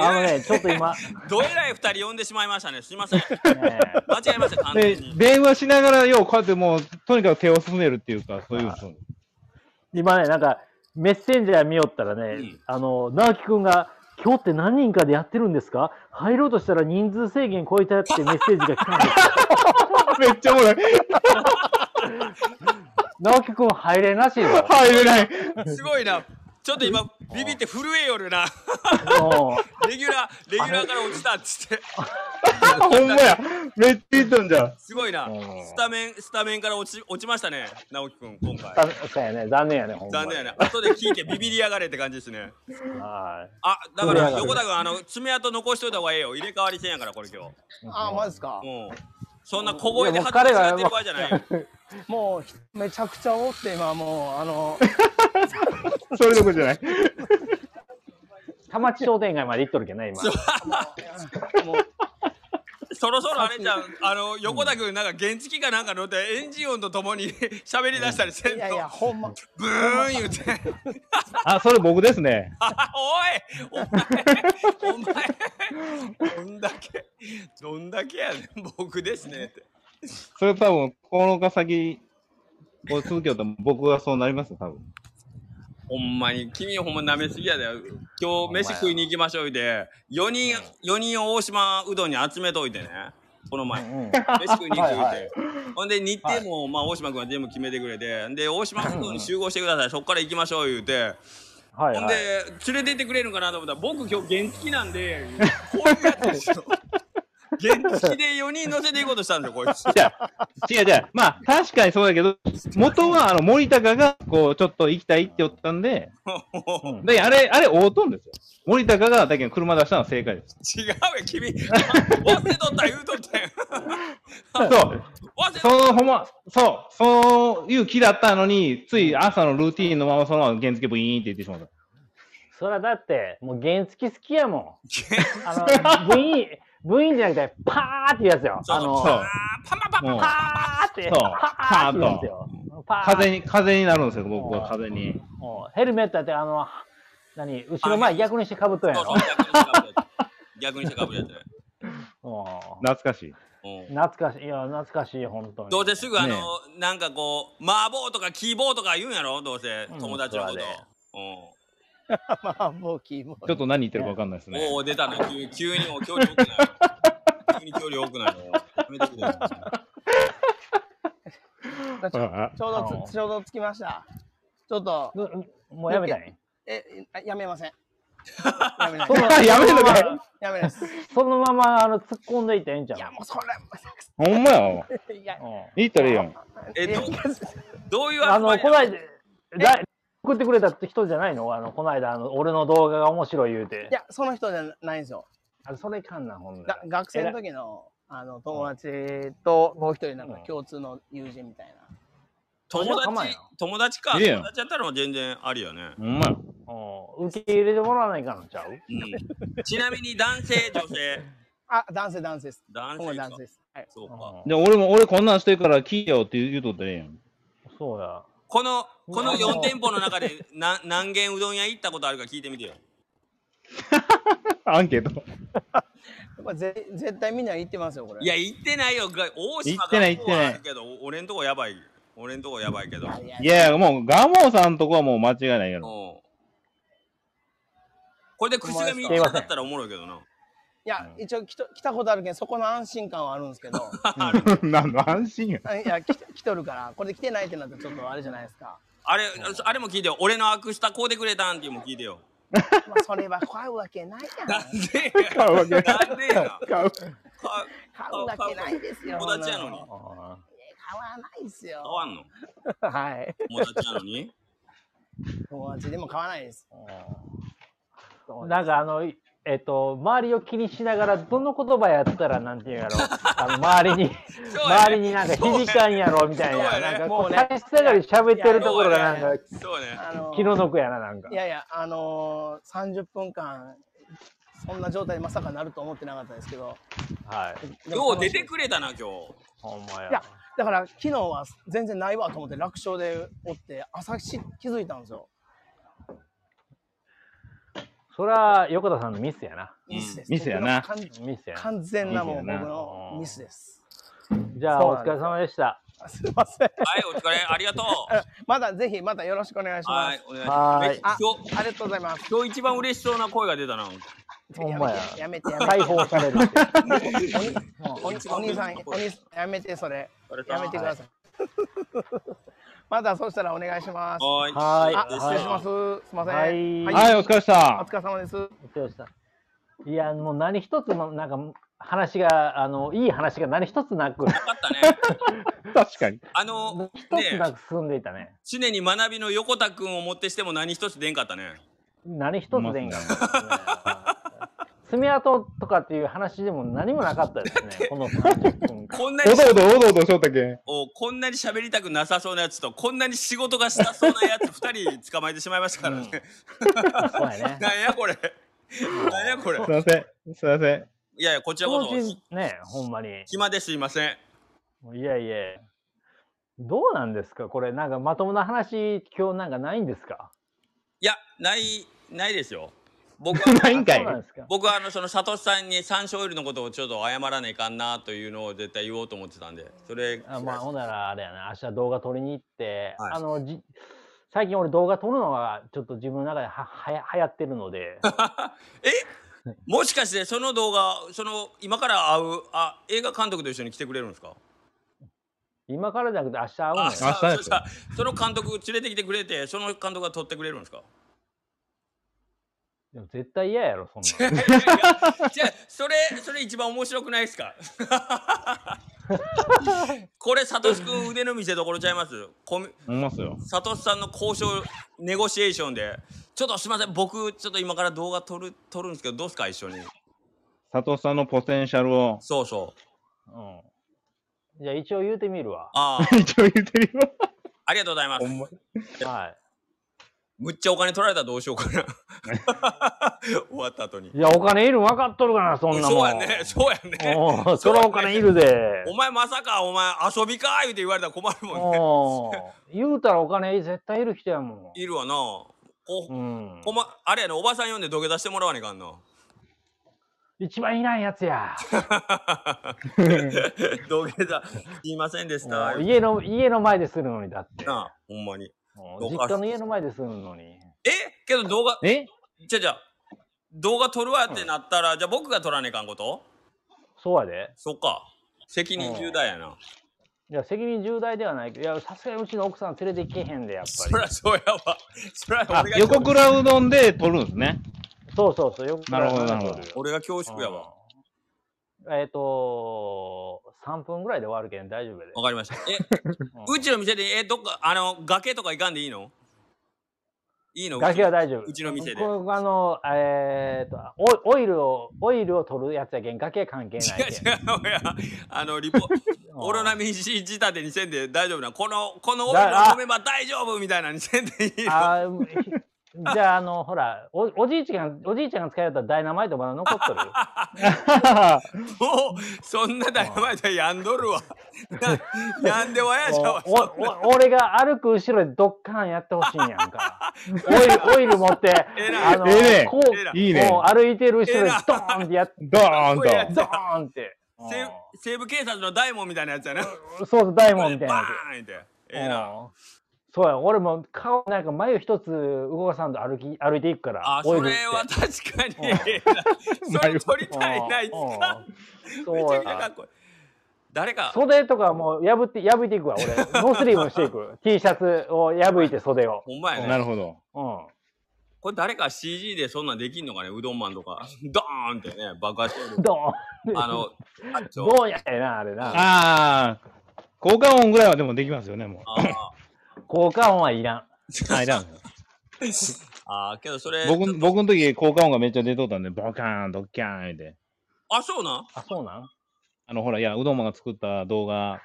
[SPEAKER 2] あのねちょっと今。
[SPEAKER 1] どえらい二人呼んでしまいましたねすいません
[SPEAKER 2] ね
[SPEAKER 1] 間 違えました完
[SPEAKER 3] で
[SPEAKER 1] 全 に、
[SPEAKER 3] 電話しながらよう、こうやってもう、とにかく手を進めるっていうか、そういうの。
[SPEAKER 2] 今ね、なんか、メッセンジャー見よったらね、
[SPEAKER 1] うん
[SPEAKER 2] あの、直樹くんが、今日って何人かでやってるんですか入ろうとしたら人数制限超えたってメッセージが来たんです
[SPEAKER 3] めっちゃおもろい。
[SPEAKER 2] 直樹くん入れなしよ。
[SPEAKER 3] 入れない。
[SPEAKER 1] すごいな。ちょっと今、ビビって震えよるな。
[SPEAKER 2] もう
[SPEAKER 1] レギュラー、レギュラーから落ちたっつって。
[SPEAKER 3] ほんまや。めっちゃいっとんじゃん。
[SPEAKER 1] すごいな
[SPEAKER 2] うん。
[SPEAKER 1] スタメン、スタメンから落ち、落ちましたね。直樹くん、今回。
[SPEAKER 2] 残そうやね、残念やね、ほんま
[SPEAKER 1] 残
[SPEAKER 2] に
[SPEAKER 1] 念やね。後で聞いてビビりやがれって感じですね。
[SPEAKER 2] は
[SPEAKER 1] あ、だから、横田君、あの、爪痕残しといた方がええよ。入れ替わり戦やから、これ今日。
[SPEAKER 4] ああ、マジですか。
[SPEAKER 1] うん。そんな小声で
[SPEAKER 2] いやもう
[SPEAKER 1] 恥ず
[SPEAKER 2] 彼
[SPEAKER 1] かし
[SPEAKER 2] が
[SPEAKER 1] がってる場合じゃないよ。
[SPEAKER 4] もう、めちゃくちゃおって、今もう、あの、
[SPEAKER 3] それどころじゃない。
[SPEAKER 2] い。田町商店街まで行っとるけどね、今。
[SPEAKER 4] も う、
[SPEAKER 1] そろそろあれじゃん、あの、横田君、なんか原付かなんか乗って、エンジン音とともに 喋り出したりせん
[SPEAKER 4] いやい
[SPEAKER 1] と
[SPEAKER 4] や、、ほんま、
[SPEAKER 1] ブーン言うて。
[SPEAKER 3] あ、それ僕ですね。
[SPEAKER 1] あおいお前お前どんだけどんだけやねん僕ですねって
[SPEAKER 3] それ多分、このが先を続けようと僕がそうなりますよ、多分。
[SPEAKER 1] ほんまに君ほんま舐めすぎやで今日飯食いに行きましょうで4人四人を大島うどんに集めといてねこの前
[SPEAKER 2] うん
[SPEAKER 1] 飯食いに行く言うて、
[SPEAKER 2] はいは
[SPEAKER 1] ほんで日程も、まあ大島君は全部決めてくれてで大島うどんに集合してくださいそっから行きましょう言うて
[SPEAKER 2] はい
[SPEAKER 1] ほん
[SPEAKER 2] は
[SPEAKER 1] で
[SPEAKER 2] い。
[SPEAKER 1] 連れてってくれるんかなと思ったら僕今日原付なんでこういうやつですよ原付で4人乗せていこうとしたんですよこいつ。
[SPEAKER 3] じゃあ、違う違う。まあ、確かにそうだけど、元は、あの、森高が、こう、ちょっと行きたいって言ったんで、
[SPEAKER 1] もう
[SPEAKER 3] で、あれ、あれ、大とんですよ。森高が、だけど車出したのは正解です。
[SPEAKER 1] 違うよ君忘れとった言うとったよ
[SPEAKER 3] そう。
[SPEAKER 1] 忘れ
[SPEAKER 3] そ
[SPEAKER 1] とっ
[SPEAKER 3] のほんま、そう、そういう気だったのに、つい朝のルーティーンのままそのまま原付ブイーンって言ってしまった。
[SPEAKER 2] そらだって、もう原付好きやも
[SPEAKER 1] 原
[SPEAKER 2] ん。あの、部員、部員じゃなくて、パーっていうやつよ。
[SPEAKER 1] そう
[SPEAKER 2] あ
[SPEAKER 1] そう
[SPEAKER 2] の、
[SPEAKER 3] そう。
[SPEAKER 1] パンパンパンパン
[SPEAKER 3] う
[SPEAKER 1] パ
[SPEAKER 3] ん
[SPEAKER 1] ン
[SPEAKER 2] パーって、
[SPEAKER 3] そう
[SPEAKER 2] パーって言うんですよ。パーって
[SPEAKER 3] 風に、風になるんですよ、僕は風に。
[SPEAKER 2] もうヘルメットだって、あの、何、後ろ前逆にしてかぶっとんや
[SPEAKER 1] そう
[SPEAKER 2] ろ
[SPEAKER 1] そう。逆にしてかぶるやつ逆にしてかぶるやつ
[SPEAKER 2] うん
[SPEAKER 3] 懐かしい。
[SPEAKER 1] うん
[SPEAKER 2] 懐かしい、いや、懐かしい、本当に。
[SPEAKER 1] どうせすぐあの、
[SPEAKER 3] ね
[SPEAKER 1] なんかこう麻婆とかキーボーとか言うんやろどうせ
[SPEAKER 2] うん
[SPEAKER 1] 友達のこと
[SPEAKER 2] そうや、
[SPEAKER 4] まあ、もう、キーボー
[SPEAKER 3] ちょ
[SPEAKER 4] ド
[SPEAKER 3] っと何言ってるかわかんないです
[SPEAKER 1] うん
[SPEAKER 3] ね。
[SPEAKER 1] もう出たな急急にもう距離多くなる急に距離多くなるやめてくれよ
[SPEAKER 4] ちょ
[SPEAKER 3] あ
[SPEAKER 4] ちょうどつ、ちょうどつきました。ちょっと、
[SPEAKER 2] うもうやめたい。
[SPEAKER 4] え、あやめません。やめない
[SPEAKER 2] そ。の
[SPEAKER 3] やめとけ
[SPEAKER 2] そのまま
[SPEAKER 4] やめないです。い
[SPEAKER 2] そのまま、あの、突っ込んでいったらええんちゃう
[SPEAKER 4] や、もう、そ
[SPEAKER 3] ほんまや。
[SPEAKER 4] れ、いや、
[SPEAKER 2] うん
[SPEAKER 3] 言ったらいいやん。
[SPEAKER 1] えどうどういう
[SPEAKER 2] あの、
[SPEAKER 1] 集
[SPEAKER 2] こ
[SPEAKER 1] ま
[SPEAKER 2] な
[SPEAKER 1] り
[SPEAKER 2] いで、だ送ってくれた人じゃないのあの、こないだ、あの、俺の動画が面白い言うて
[SPEAKER 4] い。や、その人じゃないんですよ。
[SPEAKER 2] あそれいかんな、ほんな
[SPEAKER 4] が
[SPEAKER 2] ら
[SPEAKER 4] 学生の時のあの友達ともう一人なんか共通の友人みたい
[SPEAKER 1] 友
[SPEAKER 2] 構え
[SPEAKER 1] 達
[SPEAKER 2] よ
[SPEAKER 1] 友達か
[SPEAKER 3] いいやん
[SPEAKER 1] 友達やったらもう全然ありやね
[SPEAKER 3] ほんまや。
[SPEAKER 2] うん受け入れてもらわないかんのちゃう
[SPEAKER 1] うんちなみに男性、女性、
[SPEAKER 4] な。あ、男性男性です。
[SPEAKER 1] 男
[SPEAKER 4] ほぼ
[SPEAKER 1] 性か
[SPEAKER 4] 男性です。はい。
[SPEAKER 1] そう
[SPEAKER 2] う
[SPEAKER 1] か。
[SPEAKER 2] ん
[SPEAKER 3] で、俺も、俺こんなんしてるから聞いよって言うとったらええやん。
[SPEAKER 2] そうや。
[SPEAKER 1] この、この
[SPEAKER 2] うわ
[SPEAKER 1] 4店舗の中で な何軒うどん屋行ったことあるか聞いてみてよ。
[SPEAKER 3] アンケート。
[SPEAKER 4] これぜ絶対みんな言ってますよこれ。
[SPEAKER 1] いや、行ってないよ。が大島
[SPEAKER 3] 行ってない
[SPEAKER 1] 学校は
[SPEAKER 3] 行ってない
[SPEAKER 1] あるけど、お俺んとこやばい。俺んとこやばいけど。
[SPEAKER 4] いや
[SPEAKER 3] いやいや、もう、ガモさんとこはもう間違いないや
[SPEAKER 1] うん
[SPEAKER 3] ろ。
[SPEAKER 1] これで串紙行ったかったらおもろいけどな。
[SPEAKER 4] いや一応来と来たことあるけどそこの安心感はあるんです けど。
[SPEAKER 3] なんの安心や。
[SPEAKER 4] あいや来て来とるからこれで来てないってなったらちょっとあれじゃないですか。
[SPEAKER 1] あれ、あれも聞いてよ。俺のアクスタこうでくれたんっていうのも聞いてよ。
[SPEAKER 4] まあそれは買うわけない やん。
[SPEAKER 1] な
[SPEAKER 4] 買
[SPEAKER 1] んでや
[SPEAKER 3] 買うわけない
[SPEAKER 1] なんでや
[SPEAKER 3] 買う
[SPEAKER 1] か
[SPEAKER 4] うわけないですよ。
[SPEAKER 1] 友達やのに。
[SPEAKER 4] 買
[SPEAKER 2] あ
[SPEAKER 4] わないですよ
[SPEAKER 1] 買。わんの
[SPEAKER 4] はい。
[SPEAKER 1] 友達やのに
[SPEAKER 4] 友達でも買わないです。
[SPEAKER 2] ーなんかあの、いえっと、周りを気にしながら、どの言葉やったら、なんていうんや ろ、あの周りに、
[SPEAKER 1] そうやね
[SPEAKER 2] 周りになんか響かんやろ、みたい
[SPEAKER 1] そうや
[SPEAKER 2] な、
[SPEAKER 1] ね
[SPEAKER 2] なんか
[SPEAKER 4] も
[SPEAKER 2] こ
[SPEAKER 4] う
[SPEAKER 2] う、
[SPEAKER 4] ね
[SPEAKER 2] 最下がり喋ってるところが、なんか、
[SPEAKER 1] そうね。
[SPEAKER 4] あの
[SPEAKER 2] 気の毒やな、なんか
[SPEAKER 4] い。やいや、あのー、30分間、そんな状態でまさかなると思ってなかったですけど。
[SPEAKER 2] はい。
[SPEAKER 4] でも
[SPEAKER 1] よう
[SPEAKER 4] 楽
[SPEAKER 1] 出
[SPEAKER 4] しい
[SPEAKER 1] てくれたな、今日。
[SPEAKER 2] ほんま
[SPEAKER 4] いや
[SPEAKER 2] や。、
[SPEAKER 4] だから昨日は全然ないわと思って楽勝でおって、朝し気づいたんですよ。
[SPEAKER 2] それは横田さんのミスやな。
[SPEAKER 1] うん
[SPEAKER 4] ミスです。
[SPEAKER 3] ミスやな
[SPEAKER 4] 僕の完
[SPEAKER 2] ミスやな。
[SPEAKER 4] 完全なもう
[SPEAKER 3] ミスや
[SPEAKER 4] 僕
[SPEAKER 3] な
[SPEAKER 4] のミスです。
[SPEAKER 2] じゃあ、
[SPEAKER 4] そう
[SPEAKER 2] お
[SPEAKER 4] な
[SPEAKER 2] 疲
[SPEAKER 4] んです
[SPEAKER 2] れ様でした。
[SPEAKER 4] すいません。
[SPEAKER 1] はい、お疲れ、ありがとう。
[SPEAKER 4] まだぜひ、またよろしくお願いしま
[SPEAKER 1] は
[SPEAKER 4] す
[SPEAKER 1] い。、お願いします。
[SPEAKER 4] あ
[SPEAKER 1] 今日、
[SPEAKER 4] ありがとうございます。
[SPEAKER 1] 今日一番嬉しそうな声が出たな。
[SPEAKER 2] ほんまや
[SPEAKER 4] やめて、やめて、
[SPEAKER 2] 解
[SPEAKER 4] や
[SPEAKER 2] 放され る。
[SPEAKER 4] めて。お兄お兄さん、お兄さん、やめて、それ。やめてください。 まだ、そうしたらお願いします。
[SPEAKER 1] はい。
[SPEAKER 2] はい
[SPEAKER 4] あ、失礼します。すいません。
[SPEAKER 2] はい
[SPEAKER 3] はい、お疲れ様でし
[SPEAKER 4] お
[SPEAKER 3] た。
[SPEAKER 4] 疲れ様です。
[SPEAKER 2] どうしたいや、もう何一つの、なんか、話が、あの、いい話が何一つなく、
[SPEAKER 1] よかったね。
[SPEAKER 3] 確かに。
[SPEAKER 1] あ の、
[SPEAKER 2] 一つ
[SPEAKER 1] ね
[SPEAKER 2] なく進んでいたね。
[SPEAKER 1] 常に学びの横田君を持ってしても何一つ出んかったね。
[SPEAKER 2] 何一つでんがな。爪痕とかっていう話でも何もなかったですね、この30 分間。
[SPEAKER 1] こんな
[SPEAKER 3] お
[SPEAKER 1] に
[SPEAKER 3] どおどおどおどしょったけん。
[SPEAKER 1] おこんなに喋りたくなさそうなやつとこんなに仕事がしたそうなやつ2人捕まえてしまいましたからね。
[SPEAKER 2] そうやね。
[SPEAKER 1] なんやこれ。なんやこれ。
[SPEAKER 3] すいません。すいません。。
[SPEAKER 1] いやいや、こちらこ
[SPEAKER 2] 当
[SPEAKER 1] そ。
[SPEAKER 2] 時ね、ほんまに。
[SPEAKER 1] 暇ですいません。
[SPEAKER 2] いやいや。どうなんですかこれ、なんかまともな話、今日なんかないんですか
[SPEAKER 1] いや、ない、ないですよ。僕は
[SPEAKER 3] ないんか
[SPEAKER 2] そう
[SPEAKER 3] い。
[SPEAKER 2] なんですか
[SPEAKER 1] 僕はあのそのサトシさんにサンショウウリのことをちょっと謝らないかんなというのを絶対言おうと思ってたんでそれ
[SPEAKER 2] あまあ、ほんならあれやな、明日動画撮りに行って、
[SPEAKER 1] はい
[SPEAKER 2] あのじ最近俺動画撮るのがちょっと自分の中でははや流行ってるので、
[SPEAKER 1] もしかしてその動画その今から会うあ映画監督と一緒に来てくれるんですか
[SPEAKER 2] 今からじゃなくて明日会うのよ
[SPEAKER 1] あそう
[SPEAKER 3] 明日です
[SPEAKER 1] そうそうその監督連れてきてくれてその監督が撮ってくれるんですか
[SPEAKER 2] でも絶対嫌やろ、そんなの。
[SPEAKER 1] いやじゃあそれそれ一番面白くないです かこれサトシ君腕の見せ所ちゃいますコミ
[SPEAKER 3] 思いますよ。
[SPEAKER 1] サトシさんの交渉ネゴシエーションでちょっとすいません僕ちょっと今から動画撮る撮るんですけどどうですか一緒に
[SPEAKER 3] 佐藤さんのポテンシャルを
[SPEAKER 1] そうそう
[SPEAKER 2] うん、じゃあ一応言うてみるわ。
[SPEAKER 1] あ あ
[SPEAKER 3] 一応言ってるよ。
[SPEAKER 1] ありがとうございます
[SPEAKER 3] ほんま。
[SPEAKER 2] は
[SPEAKER 1] むっちゃお金取られたらどうしようかな終わった後に
[SPEAKER 2] い、いや、お金いるん分かっとるからな、そんな
[SPEAKER 1] そう
[SPEAKER 2] もん。
[SPEAKER 1] やねそうやね
[SPEAKER 2] おうそらお金いるで。
[SPEAKER 1] お前まさかお前遊びか言うて言われたら困るもんね
[SPEAKER 2] おう言うたらお金絶対いる人やも
[SPEAKER 1] いるわなこ
[SPEAKER 2] ん。うん、
[SPEAKER 1] こまあれやねおばさん呼んで土下座してもらわねえかんな
[SPEAKER 2] 一番いないやつや。
[SPEAKER 1] 土下座すいませんでした
[SPEAKER 2] うん家の家の前でするのにだって。
[SPEAKER 1] なあほんまに
[SPEAKER 2] うん実家の家の前でするのに。
[SPEAKER 1] えけど動画
[SPEAKER 3] え
[SPEAKER 1] じゃあじゃあ動画撮るわってなったら、じゃあ僕が撮らねえかんこと
[SPEAKER 2] そうやで。
[SPEAKER 1] そっか責任重大やな、
[SPEAKER 2] いや、責任重大ではないけど、いや、さすがにうちの奥さん連れて行けへんで、やっ
[SPEAKER 1] そ
[SPEAKER 2] ぱ
[SPEAKER 1] りゃ
[SPEAKER 2] り。
[SPEAKER 1] そうやわそりゃ
[SPEAKER 3] あ
[SPEAKER 1] 俺が、
[SPEAKER 3] 横倉うどんで撮るんです ね。
[SPEAKER 2] そうそうそう、よく
[SPEAKER 3] なるほどなるほど
[SPEAKER 1] 俺が恐縮やわ。
[SPEAKER 2] うんえっ、と3分ぐらいで終わるけん大丈夫やで。
[SPEAKER 1] わかりました えうちの店でえどっかあの崖とか行かんでいいのいいの
[SPEAKER 2] ガキは
[SPEAKER 1] うちの
[SPEAKER 2] 大丈夫。
[SPEAKER 1] うちの店で
[SPEAKER 2] ここあの、えっ、とオイ、オイルを、オイルを取るやつやけん、ガキは関係ない
[SPEAKER 1] 違う
[SPEAKER 2] けん。
[SPEAKER 1] 違う いやあのリポ
[SPEAKER 2] うん
[SPEAKER 1] オロナミン C 仕立てにせんで大丈夫なこのこのオイル
[SPEAKER 2] だ
[SPEAKER 1] を
[SPEAKER 2] あ
[SPEAKER 1] 飲めば大丈夫みたいなのにせんでいいの
[SPEAKER 2] あーひ じゃあ、あの、ほら、おおじいちゃん、おじいちゃんが使いよったダイナマイトまだ残っと る。
[SPEAKER 1] もうそんなダイナマイトやんどるわなやんでわやじゃわ
[SPEAKER 2] おおお俺が歩く後ろでドッカンやってほしいんや んか。オイルオイル持って、
[SPEAKER 1] えらい
[SPEAKER 2] あの、
[SPEAKER 3] ええね
[SPEAKER 2] こう
[SPEAKER 1] えら
[SPEAKER 3] いいね
[SPEAKER 2] もう歩いてる後ろ
[SPEAKER 1] え
[SPEAKER 2] で
[SPEAKER 1] らい
[SPEAKER 2] ドーンってやっ
[SPEAKER 3] ドーン
[SPEAKER 1] こうやっ
[SPEAKER 3] と。
[SPEAKER 2] ドーンって。 うん
[SPEAKER 1] 西西部警察の大門みたいなやつやな。
[SPEAKER 2] そうそう、大門みたいな
[SPEAKER 1] バ
[SPEAKER 2] や
[SPEAKER 1] ーンって。
[SPEAKER 2] つ。
[SPEAKER 1] ええな。
[SPEAKER 2] うんそうや、俺も顔なんか眉一つ動かさんと歩き歩いていくから
[SPEAKER 1] あ、、
[SPEAKER 2] オイ
[SPEAKER 1] そ
[SPEAKER 2] ルって
[SPEAKER 1] れは確かに
[SPEAKER 2] うん。
[SPEAKER 1] それ撮りたいな、いつ
[SPEAKER 2] うん
[SPEAKER 1] か。
[SPEAKER 2] う ん
[SPEAKER 1] めち
[SPEAKER 2] そ
[SPEAKER 1] ゃ
[SPEAKER 2] う
[SPEAKER 1] くちゃか
[SPEAKER 2] や
[SPEAKER 1] っ。こいい。誰か、
[SPEAKER 2] 袖とかもう破って破いていくわ、俺。ノースリーブにして いく。T シャツを破いて袖を。
[SPEAKER 1] ほんまやね。
[SPEAKER 3] なるほど。
[SPEAKER 2] うん。
[SPEAKER 1] これ誰か CG でそんなんできんのかね、うどんマンとか。 ドーンってね、爆発 してる。
[SPEAKER 2] どう
[SPEAKER 1] あの、あちょ
[SPEAKER 2] どうやえな、あれな。
[SPEAKER 3] ああ。効果音ぐらいはでもできますよね、も
[SPEAKER 1] あー
[SPEAKER 2] 効果音はいらん。
[SPEAKER 3] う。はい、だ。
[SPEAKER 1] あー、けどそれ、
[SPEAKER 3] 僕ん、僕の時効果音がめっちゃ出とったんで、ボカーン、ドッキャーンって。
[SPEAKER 1] あ、そうなん
[SPEAKER 2] あ、そうなん
[SPEAKER 3] あの、ほら、いや、うどんまんが作った動画、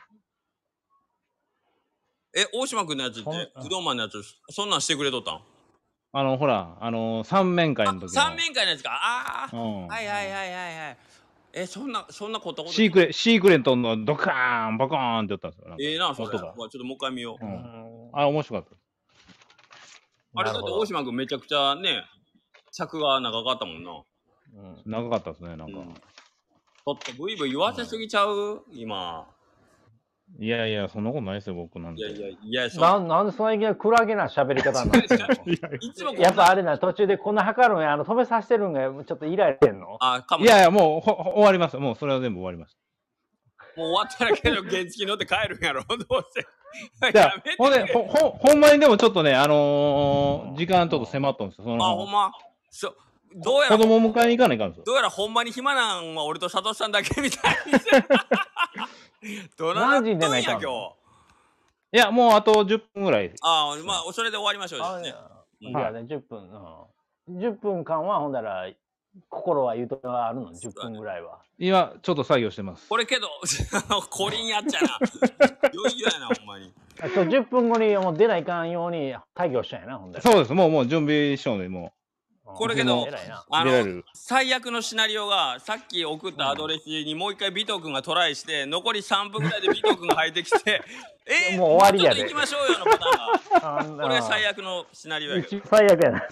[SPEAKER 1] え、大島君のやつって、
[SPEAKER 2] そん
[SPEAKER 1] うどんマンのやつ、そんなんしてくれとったん
[SPEAKER 3] あの、ほら、あの、三面会の時の。
[SPEAKER 1] 三面会のやつか。ああ、
[SPEAKER 3] うん。
[SPEAKER 1] はいはいはいはいはい。え、そんな、そんなこと
[SPEAKER 3] シークレシークレットのドカーン、バカーンって言ったんですよ。なんか
[SPEAKER 1] ええな、それ。
[SPEAKER 3] 音
[SPEAKER 1] うわ
[SPEAKER 3] が
[SPEAKER 1] ちょっともう一回見よう
[SPEAKER 3] う。ん
[SPEAKER 2] ん
[SPEAKER 3] あ、面白かっ
[SPEAKER 1] あれだって大島君めちゃくちゃね、尺が長かったもんな。
[SPEAKER 2] うん
[SPEAKER 3] た。長かったですね、なんか。
[SPEAKER 1] うんちょっとブイブイ言わせすぎちゃう、今。
[SPEAKER 3] いやいや、そんなことないですよ、僕なん
[SPEAKER 1] い
[SPEAKER 3] て。
[SPEAKER 1] やいやいや、そう
[SPEAKER 2] ななんでそんないきなりクラゲな喋り方 なんですか
[SPEAKER 3] いやい
[SPEAKER 1] いつもこんな
[SPEAKER 2] やっぱあれな、途中でこんな測るんや、あの、止めさせてるんが、ちょっとイライラしてんの
[SPEAKER 1] あかも
[SPEAKER 3] やいや、もうほほ終わりました。もうそれは全部終わりまし
[SPEAKER 1] もう終わったらけど原付乗って帰るんやろどうせ
[SPEAKER 3] た。じゃ
[SPEAKER 1] や
[SPEAKER 3] あ
[SPEAKER 1] めて、
[SPEAKER 3] ほんで、ほ、ほ、ほんまにでもちょっとね、あのー時間とか迫ったんですよ。そ
[SPEAKER 1] あほん
[SPEAKER 3] の、
[SPEAKER 1] まそうどうやら
[SPEAKER 3] 子供を迎えに行かないかんですよ。
[SPEAKER 1] どうやらほんまに暇なんは俺と佐藤さんだけみたいにどな
[SPEAKER 2] マジ
[SPEAKER 1] た
[SPEAKER 2] で
[SPEAKER 1] ん
[SPEAKER 2] な
[SPEAKER 1] や
[SPEAKER 2] いか
[SPEAKER 1] 今
[SPEAKER 2] ん
[SPEAKER 1] 日
[SPEAKER 3] いや、もうあと10分ぐらい。
[SPEAKER 1] ああまあそれで終わりましょう
[SPEAKER 2] あ
[SPEAKER 1] です
[SPEAKER 2] い
[SPEAKER 1] ね
[SPEAKER 2] やいやね、10分、うん。10分間は、ほんだら、心はゆとりはあるの、10分ぐらいは。
[SPEAKER 3] 今、ちょっと作業してます。
[SPEAKER 1] これけどコリンやっちゃな余裕やなほんまに
[SPEAKER 2] あそう10分後にもう出ないかんように作業したんやな、ほんだら。
[SPEAKER 3] そうです。もう、もう準備しようで、も
[SPEAKER 2] うん
[SPEAKER 1] これけど
[SPEAKER 2] 偉いな
[SPEAKER 1] あ
[SPEAKER 3] う、出ら
[SPEAKER 1] の
[SPEAKER 3] れる。
[SPEAKER 1] 最悪のシナリオがさっき送ったアドレスにもう一回ビト君がトライして残り3分ぐらいでビト君が入ってきて えー、
[SPEAKER 2] もう終わりやで
[SPEAKER 1] もうちょっと行きましょうよのパターンが
[SPEAKER 2] あん な
[SPEAKER 1] これが最悪のシナリオや
[SPEAKER 2] う
[SPEAKER 1] けど
[SPEAKER 2] ち最悪やな。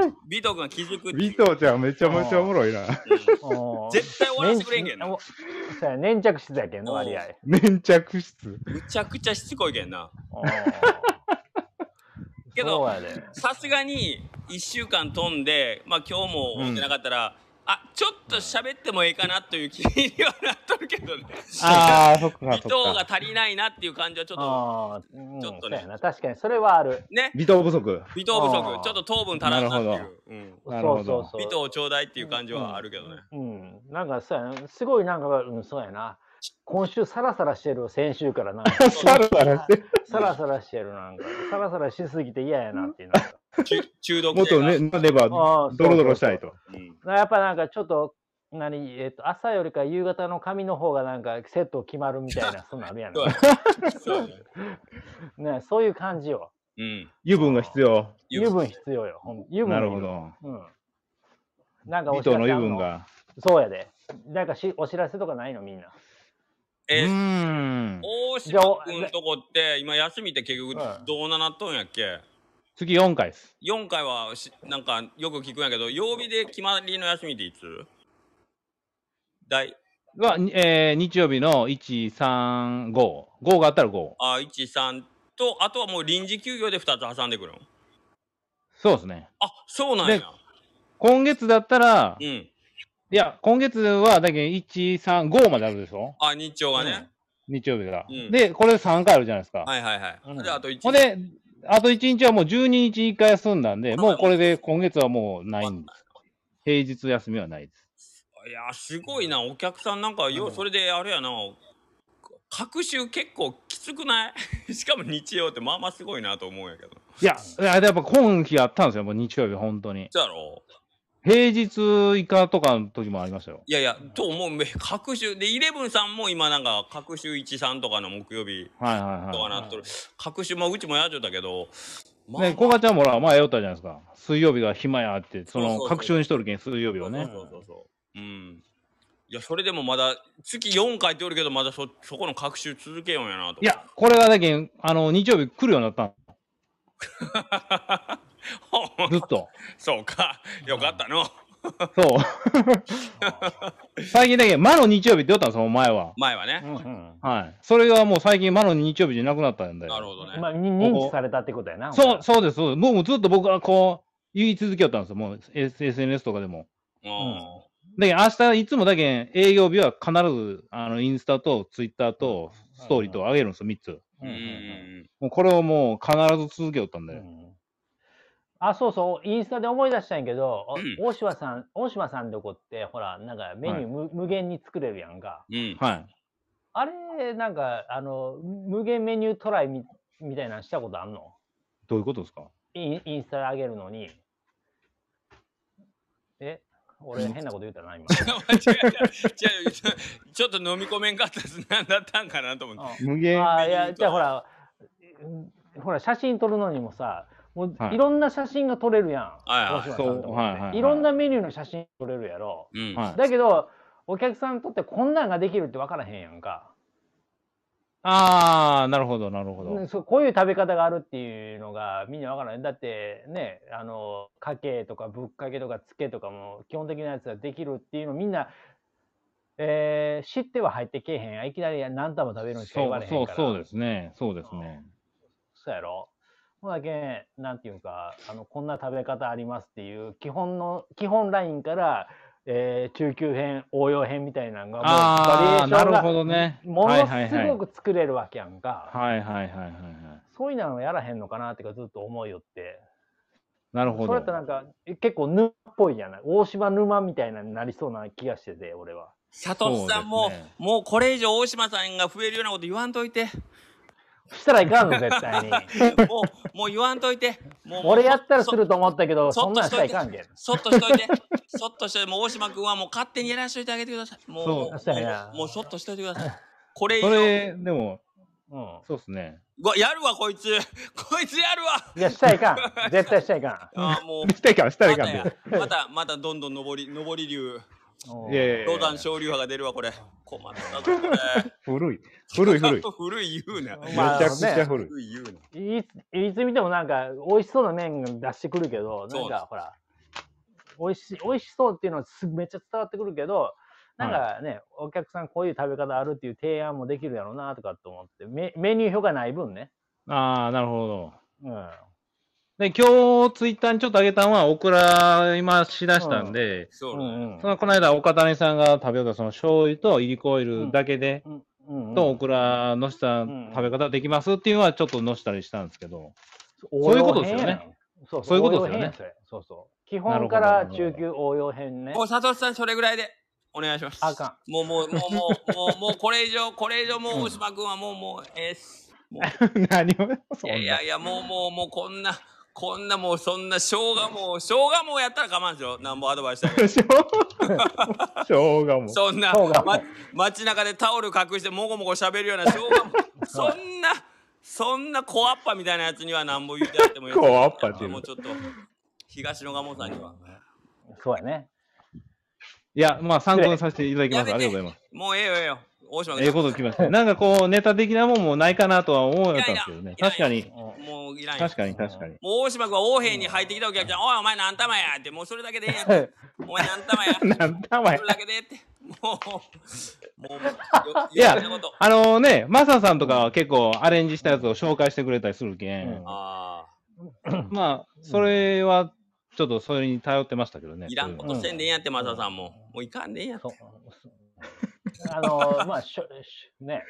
[SPEAKER 1] うんビト君が気づくっていう
[SPEAKER 3] トちゃん、めちゃ
[SPEAKER 2] めちゃおも
[SPEAKER 3] ろいな。
[SPEAKER 1] うん
[SPEAKER 2] うん
[SPEAKER 1] 絶対終わらせてくれんけんな
[SPEAKER 2] 粘そうや粘着してたけんの割合。
[SPEAKER 3] 粘着室。
[SPEAKER 1] むちゃくちゃしつこいけんな
[SPEAKER 2] うん
[SPEAKER 1] け
[SPEAKER 2] そう
[SPEAKER 1] ど
[SPEAKER 2] やで。
[SPEAKER 1] さすがに1週間飛んでまあ今日も会ってなかったら、あちょっと喋ってもええかなという気にはなっとるけどね
[SPEAKER 3] ああ、そっか、
[SPEAKER 1] 人
[SPEAKER 3] そっ
[SPEAKER 1] が
[SPEAKER 3] か。
[SPEAKER 1] 足りないなっていう感じはちょっと
[SPEAKER 2] ああ、うん、
[SPEAKER 1] ちょっと
[SPEAKER 2] そう
[SPEAKER 1] ね
[SPEAKER 2] やな。確かにそれはある。
[SPEAKER 1] ね
[SPEAKER 3] 微糖不足。
[SPEAKER 1] 微糖不
[SPEAKER 2] あー
[SPEAKER 1] 足ちょっと糖分足らんなって
[SPEAKER 3] なる
[SPEAKER 1] いう、うん、
[SPEAKER 2] そ
[SPEAKER 3] なるほ
[SPEAKER 2] う
[SPEAKER 3] ど
[SPEAKER 2] そうそう。
[SPEAKER 1] 微糖ちょうだいっていう感じはあるけどね、
[SPEAKER 2] うん、なんかそうやな。すごいなんか、うん、そうやな。今週サラサラしてる先週からなんか
[SPEAKER 3] サラサラしてる
[SPEAKER 2] サラサラしてるなんかサラサラしすぎて嫌やなっていうのが
[SPEAKER 1] 中中毒
[SPEAKER 3] もっ
[SPEAKER 1] 性
[SPEAKER 3] と
[SPEAKER 1] が、
[SPEAKER 3] ね、レバー、
[SPEAKER 2] あー
[SPEAKER 3] ドロドロしたいと。
[SPEAKER 1] うん
[SPEAKER 2] なやっぱなんかちょっと、何、えっと、朝よりか夕方の髪の方がなんかセット決まるみたいな、そんなんあるやん
[SPEAKER 1] そうやそうやね
[SPEAKER 2] ね。そういう感じよ。
[SPEAKER 1] うん
[SPEAKER 3] 油分が必要。
[SPEAKER 2] 油分必要よ。ほん油分
[SPEAKER 3] なるほ。ど。
[SPEAKER 2] うん。なんかお
[SPEAKER 3] 微
[SPEAKER 2] 知ら
[SPEAKER 3] 糖
[SPEAKER 2] せ
[SPEAKER 3] の
[SPEAKER 2] あ
[SPEAKER 3] 油
[SPEAKER 2] ん
[SPEAKER 3] 分
[SPEAKER 2] の。
[SPEAKER 3] が。
[SPEAKER 2] そうやで。なんかしお知らせとかないのみ んな。
[SPEAKER 3] う
[SPEAKER 1] えー
[SPEAKER 3] ーん。
[SPEAKER 1] 大
[SPEAKER 2] じゃあお
[SPEAKER 1] 島君とこって今休みって結局
[SPEAKER 2] うん
[SPEAKER 1] どうななっとんやっけ
[SPEAKER 3] 次4回です。
[SPEAKER 1] 4回はしなんかよく聞くんやけど曜日で決まりの休みっていつ第
[SPEAKER 3] は、にえー日曜日の1、3、5。5があったら5。
[SPEAKER 1] あ13とあとはもう臨時休業で2つ挟んでくるの
[SPEAKER 3] そうですね。
[SPEAKER 1] あそうなんや
[SPEAKER 3] で今月だったら、
[SPEAKER 1] う
[SPEAKER 3] い
[SPEAKER 1] ん
[SPEAKER 3] や、今月はだけど1、3、5まであるでしょ
[SPEAKER 1] あ日曜がね、
[SPEAKER 3] 日曜日が、
[SPEAKER 1] うん
[SPEAKER 3] で、これ3回あるじゃないですか。
[SPEAKER 1] はいはいはい、
[SPEAKER 2] うん
[SPEAKER 1] であと1
[SPEAKER 3] ほんで、あと1日はもう12日1回休んだんで、もうこれで今月はもうないんです。平日休みはないです。
[SPEAKER 1] いやすごいなお客さんなんかようそれであれやな各週結構きつくない しかも日曜ってまあまあすごいなと思うんやけど
[SPEAKER 3] いや、いややっぱ今期あったんですよ、もう日曜日、本当に。
[SPEAKER 1] そうやろ
[SPEAKER 3] 平日以下とかの時もありましたよ。
[SPEAKER 1] いやいやと思うめ各週でイレブンさんも今なんか各週13とかの木曜日
[SPEAKER 3] はいはい
[SPEAKER 1] とか
[SPEAKER 3] は
[SPEAKER 1] なっとる、各週まあうちもやっちゃったけど
[SPEAKER 3] い。
[SPEAKER 1] まあ、
[SPEAKER 3] ね、こがちゃんもほら、前言ったじゃないですか。水曜日が暇やって、そ
[SPEAKER 1] そうそう
[SPEAKER 3] の、
[SPEAKER 1] そう
[SPEAKER 3] 各週にしとるけん、水曜日
[SPEAKER 1] そ
[SPEAKER 3] を
[SPEAKER 1] う
[SPEAKER 3] ね。
[SPEAKER 1] そうそうそううんいやそれでもまだ月4回っておるけどまだそそこの各週続けようんやなと
[SPEAKER 3] いや、これがだけん、あの、日曜日来るようになった
[SPEAKER 1] ほん
[SPEAKER 3] のずっ と。
[SPEAKER 1] そうかよかったの
[SPEAKER 3] そう。最近だけん、魔の日曜日って言ったんですよ、前は。
[SPEAKER 1] 前はね
[SPEAKER 2] うんうん。
[SPEAKER 3] はい。それがもう最近、魔の日曜日じゃなくなったんだよ。
[SPEAKER 1] なるほどね
[SPEAKER 2] まあ、に認知されたってことやな。
[SPEAKER 3] そう、そうです、そうです。もうもうずっと僕はこう、言い続けよったんですよ。もう S- SNS とかでも。
[SPEAKER 1] うん
[SPEAKER 3] で、明日いつもだけん営業日は必ず、あの、インスタとツイッターとストーリーと上げるんですよ、3つ。
[SPEAKER 2] うんうん
[SPEAKER 3] もうこれをもう必ず続けよったん
[SPEAKER 2] う
[SPEAKER 3] で。
[SPEAKER 2] ん。あ、そうそう、インスタで思い出したんやけど、お
[SPEAKER 1] うん
[SPEAKER 2] 大島さん、大島さんどこって、ほら、なんかメニュー無,、無限に作れるやんか。
[SPEAKER 1] うん
[SPEAKER 3] はい。
[SPEAKER 2] あれ、なんか、あの、無限メニュートライみみたいなのしたことあんの
[SPEAKER 3] どういうことですか
[SPEAKER 2] インインスタで上げるのに。え俺変なこと言ったな
[SPEAKER 1] 違
[SPEAKER 2] 今。
[SPEAKER 1] う違う違うちょっと飲み込めんかったです何だったんかなと思って
[SPEAKER 2] あ
[SPEAKER 3] 無限
[SPEAKER 2] あーいやじゃあほらうんほら写真撮るのにもさもう、、
[SPEAKER 3] はいい
[SPEAKER 2] ろんな写真が撮れるやん。
[SPEAKER 1] はいはい
[SPEAKER 2] 大島さんと
[SPEAKER 3] そう
[SPEAKER 2] か
[SPEAKER 3] はい
[SPEAKER 2] って
[SPEAKER 3] はいはい
[SPEAKER 2] いろんなメニューの写真撮れるやろ。
[SPEAKER 1] うん
[SPEAKER 3] はい
[SPEAKER 2] だけどお客さんにとってこんなんができるって分からへんやんか。
[SPEAKER 3] あー、なるほど、なるほ
[SPEAKER 2] うん
[SPEAKER 3] ど。
[SPEAKER 2] そうこういう食べ方があるっていうのがみんな分からないだってねあのかけとかぶっかけとかつけとかも基本的なやつができるっていうのみんなえー、知っては入ってけえへんやん。いきなり何玉食べるんしか言
[SPEAKER 3] そ
[SPEAKER 2] われ
[SPEAKER 3] う
[SPEAKER 2] へんか
[SPEAKER 3] そう
[SPEAKER 2] ら。
[SPEAKER 3] そうですね。そうですね。
[SPEAKER 2] そうやろほんだけ、なんていうか、あの、こんな食べ方ありますっていう、基本の、基本ラインから、えー中級編、応用編みたいなのが、もう
[SPEAKER 3] ああ、
[SPEAKER 2] バリエー
[SPEAKER 3] な
[SPEAKER 2] ション
[SPEAKER 3] る
[SPEAKER 2] が
[SPEAKER 3] ほどね。
[SPEAKER 2] もの
[SPEAKER 3] はいはいはい。
[SPEAKER 2] すごく作れるわけやんか。
[SPEAKER 3] はいはいはいはいはい。
[SPEAKER 2] そういうのやらへんのかなってかずっと思いよって。
[SPEAKER 3] なるほ
[SPEAKER 2] そ
[SPEAKER 3] ど。
[SPEAKER 2] れだったらなんか、え結構沼っぽいじゃない大島沼みたいなになりそうな気がしてて、俺は。
[SPEAKER 1] 佐藤さん
[SPEAKER 3] そ
[SPEAKER 1] も、
[SPEAKER 3] うですね
[SPEAKER 1] もうこれ以上大島さんが増えるようなこと言わんといて。
[SPEAKER 2] したらいかんの、絶 対に。
[SPEAKER 1] もう、もう言わんといて。もう
[SPEAKER 2] 俺やったらする
[SPEAKER 1] と。
[SPEAKER 2] と思ったけど、
[SPEAKER 1] そ
[SPEAKER 2] そんなんしたらいかんけん。
[SPEAKER 1] そっとしといて。そっとしといて。もう大島君はもう勝手にやらしといてあげてください。もう、
[SPEAKER 3] そう
[SPEAKER 1] もうも
[SPEAKER 2] そうやな
[SPEAKER 1] うもうそっとしといてください。これ以
[SPEAKER 3] そ
[SPEAKER 1] 上。
[SPEAKER 3] れ、でも、
[SPEAKER 2] うん。
[SPEAKER 3] そうです ね。
[SPEAKER 1] うわやるわ、こいつ。こいつやるわ。
[SPEAKER 2] いや、したらいかん。絶対したらいか
[SPEAKER 1] あーも う。
[SPEAKER 3] したいから、したらい
[SPEAKER 1] ま
[SPEAKER 3] か
[SPEAKER 1] た
[SPEAKER 3] ん
[SPEAKER 1] や
[SPEAKER 3] で。
[SPEAKER 1] また、またどんどん上り、上り流。
[SPEAKER 2] ん。うん
[SPEAKER 3] いやいやいや
[SPEAKER 1] ロダン昇竜派が出るわ、これ。困ったな、これ。
[SPEAKER 3] 古い。古い 古い。めち
[SPEAKER 1] 古い言うな。
[SPEAKER 2] まあ
[SPEAKER 3] ゃくちゃ
[SPEAKER 2] ね
[SPEAKER 3] 古い。
[SPEAKER 1] 古い言うな。
[SPEAKER 2] いつ、いつ見てもなんか、美味しそうな麺出してくるけど、
[SPEAKER 1] そ
[SPEAKER 2] な
[SPEAKER 1] うんです
[SPEAKER 2] か、ほら、美味しい、美味しそうっていうのはすめっちゃ伝わってくるけど、なんかね、お客さんこういう食べ方あるっていう提案もできるやろうなとかと思って、メメニュー表がない分ね。
[SPEAKER 3] ああ、なるほ
[SPEAKER 2] う
[SPEAKER 3] ど。
[SPEAKER 2] ん。
[SPEAKER 3] で、今日、ツイッターにちょっとあげたのは、オクラ、今、しだしたんで、
[SPEAKER 1] そうう、
[SPEAKER 2] んうん
[SPEAKER 3] そのこの間、岡谷さんが食べようと、その醤油といりこオイルだけで、
[SPEAKER 2] うんうんうん
[SPEAKER 3] と、オクラのした
[SPEAKER 2] ん
[SPEAKER 3] 食べ方できますっていうのは、ちょっとのしたりしたんですけど。
[SPEAKER 2] 応
[SPEAKER 3] そういうこ
[SPEAKER 2] 用
[SPEAKER 3] とです
[SPEAKER 2] 編
[SPEAKER 3] よね
[SPEAKER 2] やな。そう
[SPEAKER 3] そういうことですよ
[SPEAKER 2] 応用編や
[SPEAKER 3] ね
[SPEAKER 2] それそうそう。基
[SPEAKER 3] なる
[SPEAKER 2] 本
[SPEAKER 3] ほど
[SPEAKER 2] から中級応用編ね
[SPEAKER 1] も。う佐藤さんそれぐらいでお願いします。
[SPEAKER 2] あか
[SPEAKER 1] もうもうもうもうもうもうこれ以上これ以上もう大島君はもうもうええっす。もう
[SPEAKER 3] 何を、そ
[SPEAKER 1] いや
[SPEAKER 3] ん
[SPEAKER 1] い
[SPEAKER 3] な
[SPEAKER 1] や。いやもうもうもうこんなこんなもうそんな生姜もう生姜もうやったら我慢ですよ。なんぼアドバイスしたけど。
[SPEAKER 3] しょうがも。
[SPEAKER 1] そんな、
[SPEAKER 2] 生姜も
[SPEAKER 1] ま、街中でタオル隠してもごもご喋るような生 姜もそんなそんな小アッパみたいなやつにはなんぼ言ってやってもいい。
[SPEAKER 3] 小アッパっていう
[SPEAKER 1] もうちょっと東野賀門さんには。
[SPEAKER 2] そうやね。
[SPEAKER 3] いや、まあ、参考にさせていただきます。あ
[SPEAKER 1] やめて
[SPEAKER 3] りがとうございます。
[SPEAKER 1] もうええよええよ。大島君。
[SPEAKER 3] ええこと聞きました。なんかこう、ネタ的なもんもないかなとは思うよったんですけどね。
[SPEAKER 1] いやいや
[SPEAKER 3] 確かに、
[SPEAKER 2] うん
[SPEAKER 1] もういらんよ
[SPEAKER 3] 確かに、確かに。
[SPEAKER 1] もう大島君は王兵に入ってきたお客さん、おいお前何玉やって、もうそれだけでええやん。お前何玉や
[SPEAKER 3] なんだお前
[SPEAKER 1] それだけでええって。もう、 もう、
[SPEAKER 3] いや
[SPEAKER 1] よよろしなこと。
[SPEAKER 3] あのね、マサさんとかは結構アレンジしたやつを紹介してくれたりするけ
[SPEAKER 2] うん
[SPEAKER 3] ん。
[SPEAKER 1] あ
[SPEAKER 3] まあ、それは、ちょっとそれに頼ってましたけどね
[SPEAKER 1] あ、。いらんこと
[SPEAKER 3] そういう
[SPEAKER 1] せんでええんやって、マサさんも。もういかんでええんやって
[SPEAKER 2] そう。あの、まあ、しょ、しね。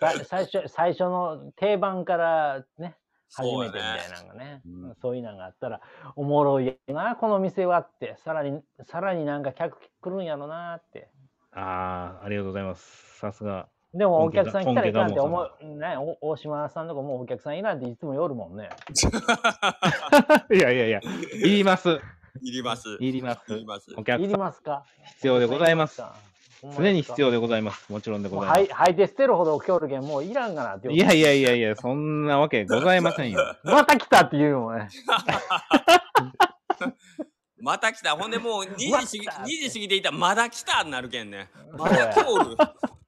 [SPEAKER 2] さ最初、最初の定番からね、初
[SPEAKER 1] そう
[SPEAKER 2] め
[SPEAKER 1] や
[SPEAKER 2] てみ
[SPEAKER 1] ね
[SPEAKER 2] たいなのがね、そういうのがあったら、おもろいやろな、この店はって、さらに、さらになんか客来るんやろなって。
[SPEAKER 3] のああ、ありがとうございます。さす が。
[SPEAKER 2] でもお
[SPEAKER 3] 本家
[SPEAKER 2] 客
[SPEAKER 3] だ
[SPEAKER 2] さん来たらいかんって
[SPEAKER 3] 本家だもん
[SPEAKER 2] 思う、ね、お大島さんとかもうお客さんいらんっていつも夜もんね。
[SPEAKER 3] いやいやいや、いります。
[SPEAKER 1] いります。い
[SPEAKER 3] いります。
[SPEAKER 1] ります。
[SPEAKER 3] お
[SPEAKER 2] い
[SPEAKER 3] 客
[SPEAKER 2] り
[SPEAKER 3] さん
[SPEAKER 2] ますか
[SPEAKER 3] 必要でございます。
[SPEAKER 2] ほんまですか
[SPEAKER 3] 常に必要でございます。もちろんで
[SPEAKER 2] も
[SPEAKER 3] ご
[SPEAKER 2] う
[SPEAKER 3] ざ
[SPEAKER 2] はいい履いて捨てるほど今日るけんもういらんかなって
[SPEAKER 3] ま
[SPEAKER 2] 思
[SPEAKER 3] す。
[SPEAKER 2] う
[SPEAKER 3] いやいやいやいや、そんなわけございませんよ。
[SPEAKER 2] また来たって言うのもね。
[SPEAKER 1] また来た。ほんでもう2時過ぎ
[SPEAKER 2] また来た
[SPEAKER 1] 2時過ぎていたらまだ来たになるけんね。まだ今日おる。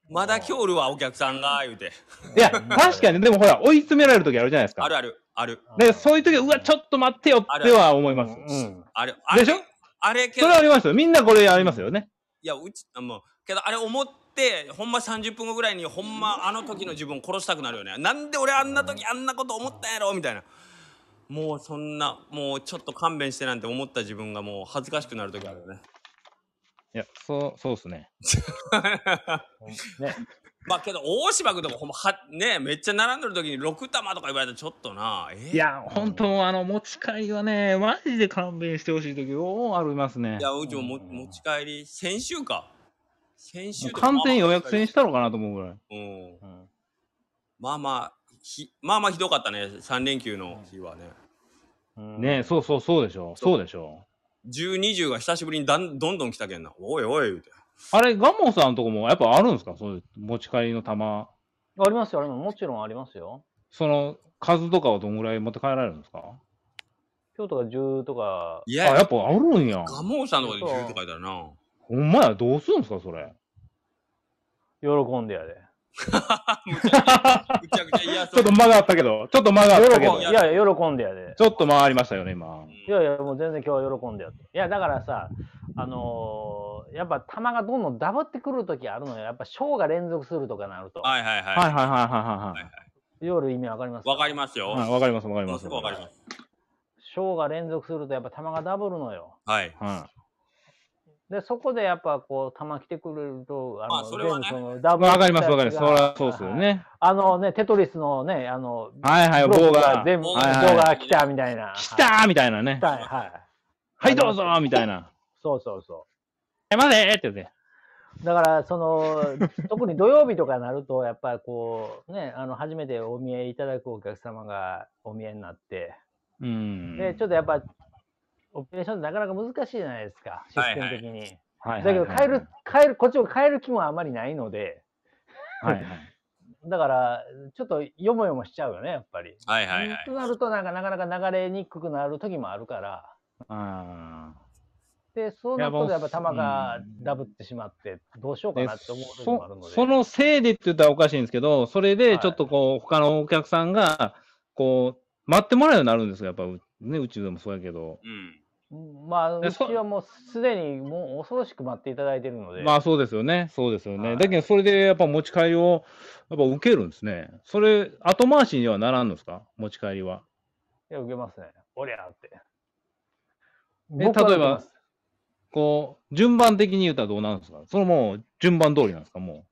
[SPEAKER 1] まだ今日おるわ、お客さんが、言うて。
[SPEAKER 3] いや、確かに、でもほら、追い詰められる時あるじゃないです
[SPEAKER 1] あ
[SPEAKER 3] か。
[SPEAKER 1] るある、ある、
[SPEAKER 3] で、そういう時は、うわ、ちょっと待ってよっては思います。
[SPEAKER 2] うん。
[SPEAKER 1] ある。あれ
[SPEAKER 3] でしょ
[SPEAKER 1] あれけ
[SPEAKER 3] そ
[SPEAKER 1] ど
[SPEAKER 3] れはありますよ。みんなこれありますよね。
[SPEAKER 1] いやうちあもうけどあれ思ってほんま30分後ぐらいにほんまあの時の自分を殺したくなるよねなんで俺あんな時あんなこと思ったんやろみたいなもうそんなもうちょっと勘弁してなんて思った自分がもう恥ずかしくなる時あるよね
[SPEAKER 3] いや、そう、そうですね。
[SPEAKER 2] ね。
[SPEAKER 1] まあけど大芝君とかほんまはねめっちゃ並んでる時に6玉とか言われたらちょっとなえー
[SPEAKER 3] いや、本当あの、持ち帰りはね、マジで勘弁してほしい時、おー、ありますね
[SPEAKER 1] い。やうちもも持ち帰り先週か先週とか
[SPEAKER 3] 完全予約制にしたのかなと思うぐらい。
[SPEAKER 1] うん
[SPEAKER 2] うん
[SPEAKER 1] まあまあひまあまあひどかったね3連休の日はね、
[SPEAKER 2] うん
[SPEAKER 3] ねえ、そうそう、そうでしょ。そうでしょ。
[SPEAKER 1] 1020が久しぶりにだんどんどん来たけんな。おいおい、言うて。
[SPEAKER 3] あれ、ガモンさんのとこもやっぱあるんですかそういう持ち帰りの
[SPEAKER 2] あ
[SPEAKER 3] 玉。
[SPEAKER 2] りますよ、あります。もちろんありますよ。
[SPEAKER 3] その、数とかはどんぐらい持って帰られるんですか
[SPEAKER 2] 今日とか10とか、
[SPEAKER 1] い
[SPEAKER 3] あ、
[SPEAKER 1] やい
[SPEAKER 3] や
[SPEAKER 1] や、
[SPEAKER 3] っぱあるんや。
[SPEAKER 1] ガモンさんのとこで10とかいたら な。
[SPEAKER 3] ほんまや、どうするんですかそれ。
[SPEAKER 2] 喜んでやで。
[SPEAKER 1] ぐちゃぐちゃ嫌
[SPEAKER 3] ちょ
[SPEAKER 1] そ
[SPEAKER 3] っ
[SPEAKER 1] う
[SPEAKER 3] と。間があったけど、ちょっと間があった
[SPEAKER 2] 喜
[SPEAKER 3] けど
[SPEAKER 2] ん、い。やいや、喜んでやで。
[SPEAKER 3] ちょっと回りましたよね、今。
[SPEAKER 2] いやいや、もう全然今日は喜んでやで。いや、だからさ、あのーやっぱ球がどんどんダブってくる時あるのよ。やっぱ賞が連続するとかなると。
[SPEAKER 1] はいはいはい。
[SPEAKER 3] は
[SPEAKER 1] わ、
[SPEAKER 3] いはいはいはいはい
[SPEAKER 2] 夜意味わかります
[SPEAKER 1] かり
[SPEAKER 2] ま
[SPEAKER 1] ますよ。
[SPEAKER 3] はい。はいわかりますわかり
[SPEAKER 1] も
[SPEAKER 3] ま
[SPEAKER 1] う
[SPEAKER 3] す。
[SPEAKER 1] すぐわかります。
[SPEAKER 2] す。賞が連続するとやっぱ球がダブるのよ。
[SPEAKER 1] はい。
[SPEAKER 3] は
[SPEAKER 2] で、そこでやっぱこう、球来てくれると、あの、
[SPEAKER 1] まあそれはね
[SPEAKER 2] 全部そのダ
[SPEAKER 3] い。
[SPEAKER 2] ブル
[SPEAKER 3] わかりますわかります。そ
[SPEAKER 2] やつが
[SPEAKER 3] らそうっすよ。ね。
[SPEAKER 2] あのね、テトリスのね、あの、
[SPEAKER 3] はいはい、
[SPEAKER 2] ブロ
[SPEAKER 3] 棒
[SPEAKER 2] ック
[SPEAKER 3] が。
[SPEAKER 2] 全部、棒
[SPEAKER 1] はい
[SPEAKER 3] はい
[SPEAKER 2] が来たみたいな。
[SPEAKER 3] 来
[SPEAKER 2] はい
[SPEAKER 3] たーみたいなね
[SPEAKER 2] 来。たはい。
[SPEAKER 3] はい、どうぞーみたいな。
[SPEAKER 2] そうそうそ
[SPEAKER 3] え、待てーってね。
[SPEAKER 2] う。だから、その、 特に土曜日とかになると、やっぱりこう、ね、あの、初めてお見えいただくお客様がお見えになって、
[SPEAKER 3] うん。
[SPEAKER 2] で、ちょっとやっぱ、オペレーションってなかなか難しいじゃないですか、システム的に。
[SPEAKER 3] はいはい
[SPEAKER 2] だけ
[SPEAKER 3] は
[SPEAKER 2] ど、
[SPEAKER 3] い
[SPEAKER 2] 変える、変える、こっちを変える気もあまりないので、
[SPEAKER 3] はいはい。
[SPEAKER 2] だから、ちょっとよもよもしちゃうよね、やっぱり。
[SPEAKER 1] はいはいはい。
[SPEAKER 2] となると、なんか、なかなか流れにくくなる時もあるから、
[SPEAKER 3] あ
[SPEAKER 2] で、そうなると、やっぱ球がダブってしまって、どうしよう
[SPEAKER 3] ー
[SPEAKER 2] か
[SPEAKER 3] で
[SPEAKER 2] なって思う時もあるの
[SPEAKER 3] そ
[SPEAKER 2] で。
[SPEAKER 3] そのせいでって言ったらおかしいんですけど、それでちょっとこう、他のお客さんが、こう、待ってもらうようになるんですよ、やっぱ、うね、宇宙でもそうやけど。
[SPEAKER 1] うん。
[SPEAKER 2] まあ、う
[SPEAKER 3] で
[SPEAKER 2] ち
[SPEAKER 3] そ
[SPEAKER 2] はもうすでにもう恐ろしく待っていただいてるので、
[SPEAKER 3] まあそうですよね、そうですよね。
[SPEAKER 2] はい
[SPEAKER 3] だけど、それでやっぱ持ち帰りを、やっぱ受けるんですね。それ、後回しにはならんのですか持ち帰りは。
[SPEAKER 2] いや受けますね。おりゃーって。
[SPEAKER 3] え
[SPEAKER 2] 僕は
[SPEAKER 3] 例え
[SPEAKER 2] 受
[SPEAKER 3] ば
[SPEAKER 2] けます
[SPEAKER 3] こう、順番的に言うたらどうなんですかそれもう、順番通りなんですかも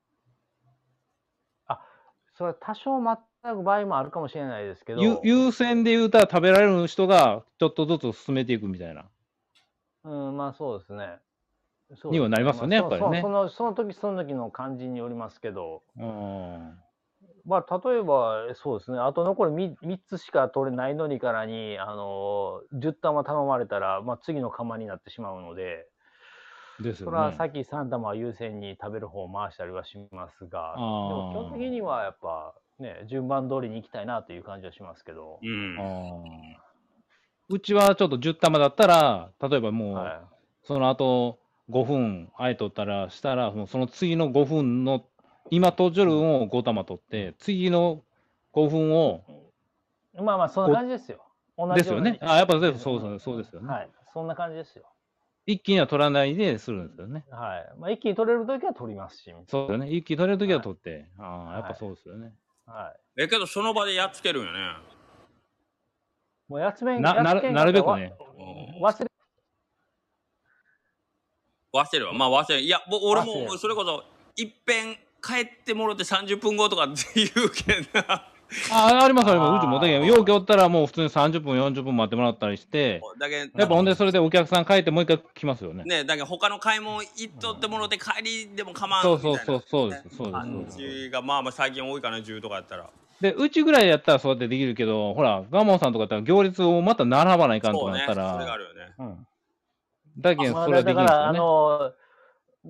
[SPEAKER 2] それは多少待った場合もあるかもしれないですけ
[SPEAKER 3] う。
[SPEAKER 2] ど、
[SPEAKER 3] ゆ優先で言うたら食べられる人が、ちょっとずつ進めていくみたいな。
[SPEAKER 2] うん、まあそうですね。そ
[SPEAKER 3] にはなりますよね
[SPEAKER 2] あ
[SPEAKER 3] やっぱりね
[SPEAKER 2] そそのその時その時の感じによりますけど、
[SPEAKER 3] うん。
[SPEAKER 2] まあ例えばそうですね、あと残り 3, つしか取れないのにからに、あのー、10玉頼まれたら、まあ、次の釜になってしまうので、
[SPEAKER 3] ですよ
[SPEAKER 2] そ
[SPEAKER 3] ね。
[SPEAKER 2] れはさっき3玉は優先に食べる方を回したりはしますが、
[SPEAKER 3] あー
[SPEAKER 2] でも基本的にはやっぱね、順番通りに行きたいなという感じはしますけど、
[SPEAKER 1] うん。
[SPEAKER 3] あーうちはちょっと10玉だったら、例えばもう、
[SPEAKER 2] は
[SPEAKER 3] その後5分、あえとったら、したら、もうその次の5分の、今とじる分を5玉取って、次の5分を、
[SPEAKER 2] い、まあまあそんな感じですよ。同じ
[SPEAKER 3] ですよね。
[SPEAKER 2] うな
[SPEAKER 3] あやっぱそうそうそうそうですよね、
[SPEAKER 2] はい、そんな感じですよ。
[SPEAKER 3] 一気には取らないでするんですよね。
[SPEAKER 2] はい。まあ、一気に取れるときは取りますし、
[SPEAKER 3] そうだよね。一気に取れるときは取って。あ
[SPEAKER 2] は
[SPEAKER 3] あ、
[SPEAKER 2] い
[SPEAKER 3] やっぱそうですよね。
[SPEAKER 2] は
[SPEAKER 1] え、けどその場でやっつけるんよね。
[SPEAKER 2] い。もうやつめん
[SPEAKER 3] ななるなるべく。
[SPEAKER 2] や
[SPEAKER 3] ね
[SPEAKER 2] つけんかわ忘れ
[SPEAKER 1] 忘れるわ。まあ忘れる。いや、ぼ俺
[SPEAKER 2] 忘れ
[SPEAKER 1] も
[SPEAKER 2] る
[SPEAKER 1] それこそ、いっぺん帰ってもろて30分後とかって言うけんな。
[SPEAKER 3] ああ、ありますあります。うちもだけ
[SPEAKER 2] あ
[SPEAKER 3] ど、
[SPEAKER 2] ー
[SPEAKER 3] 容器おったらもう普通に30分、40分待ってもらったりして、
[SPEAKER 1] だけ
[SPEAKER 3] やっぱほんでそれでお客さん帰ってもう一回来ますよね。
[SPEAKER 1] ねだけど他の買い物行っとってもろて帰りでも構わん
[SPEAKER 3] そ
[SPEAKER 1] み
[SPEAKER 3] う
[SPEAKER 1] たい
[SPEAKER 3] そう
[SPEAKER 1] な
[SPEAKER 3] そう、そうです。そうです。そう
[SPEAKER 1] 感
[SPEAKER 3] です
[SPEAKER 1] じがまあまあ最近多いかな10とかやったら
[SPEAKER 3] で、うちぐらいやったらそうやってできるけど、ほら、ガモンさんとかやったら行列をまた並ばないかんと
[SPEAKER 1] そう
[SPEAKER 3] か
[SPEAKER 1] ね
[SPEAKER 3] なっ
[SPEAKER 1] それ
[SPEAKER 3] た
[SPEAKER 1] があ
[SPEAKER 3] ら、
[SPEAKER 1] るよね
[SPEAKER 3] うんだけん
[SPEAKER 2] まあ
[SPEAKER 3] それはでき
[SPEAKER 2] だか
[SPEAKER 3] るんです
[SPEAKER 2] ら、
[SPEAKER 3] よ
[SPEAKER 2] あ
[SPEAKER 3] ね。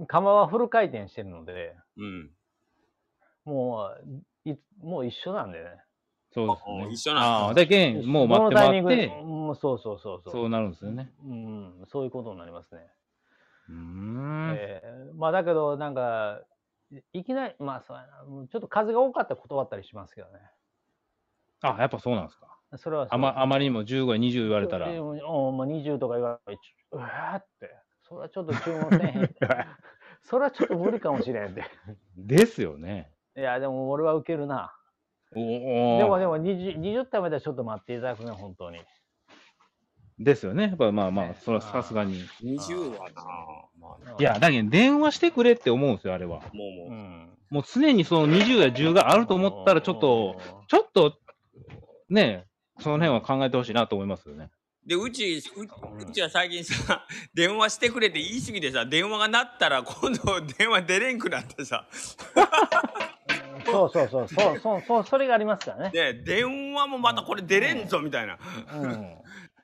[SPEAKER 2] の、釜はフル回転してるので、
[SPEAKER 1] うん
[SPEAKER 2] もう、いもう一緒なんでね。
[SPEAKER 3] そうですね
[SPEAKER 1] あ。一緒なんだ
[SPEAKER 3] ああだけん、もう待って待
[SPEAKER 2] ど
[SPEAKER 3] っ
[SPEAKER 2] のタイミングで
[SPEAKER 3] て、
[SPEAKER 2] うんそうそうそうそう。
[SPEAKER 3] そうなるんですよね。
[SPEAKER 2] うん、そういうことになりますね。
[SPEAKER 3] うーん。
[SPEAKER 2] えーまあだけど、なんか、いいきなり、まあそうやな、もうちょっと数が多かったら断ったりしますけどね。
[SPEAKER 3] あ、やっぱそうなんですか。
[SPEAKER 2] それは
[SPEAKER 3] あまあまりにも15や20言わ
[SPEAKER 2] 言
[SPEAKER 3] れたら。
[SPEAKER 2] うん、まあ、20とか言われたら、ちょうわーって、それはちょっと注文せえへ ん。それはちょっと無理かもしれんって。
[SPEAKER 3] ですよね。
[SPEAKER 2] いや、でも俺は受けるな。
[SPEAKER 3] おお。
[SPEAKER 2] でもでも 20, 20食べたらちょっと待っていただくね、本当に。
[SPEAKER 3] ですよね。やっぱまあまあ
[SPEAKER 2] ね、
[SPEAKER 3] それはさすがに。い
[SPEAKER 1] 20はなまあ
[SPEAKER 3] や、だけど電話してくれって思うんですよ、あれは。
[SPEAKER 1] もうも
[SPEAKER 2] う。
[SPEAKER 1] うん
[SPEAKER 3] もう常にその20や10があると思ったら、ちょっと、ちょっと、ねえ、その辺は考えてほしいなと思いますよね。
[SPEAKER 1] でうちううちは最近さ電話してくれって言い過ぎてさ電話が鳴ったら今度電話出れんくなってさ
[SPEAKER 2] うん。そうそうそう、そうそうそうそれがありますからね。
[SPEAKER 1] で電話もまたこれ出れんぞみたいな
[SPEAKER 2] うん。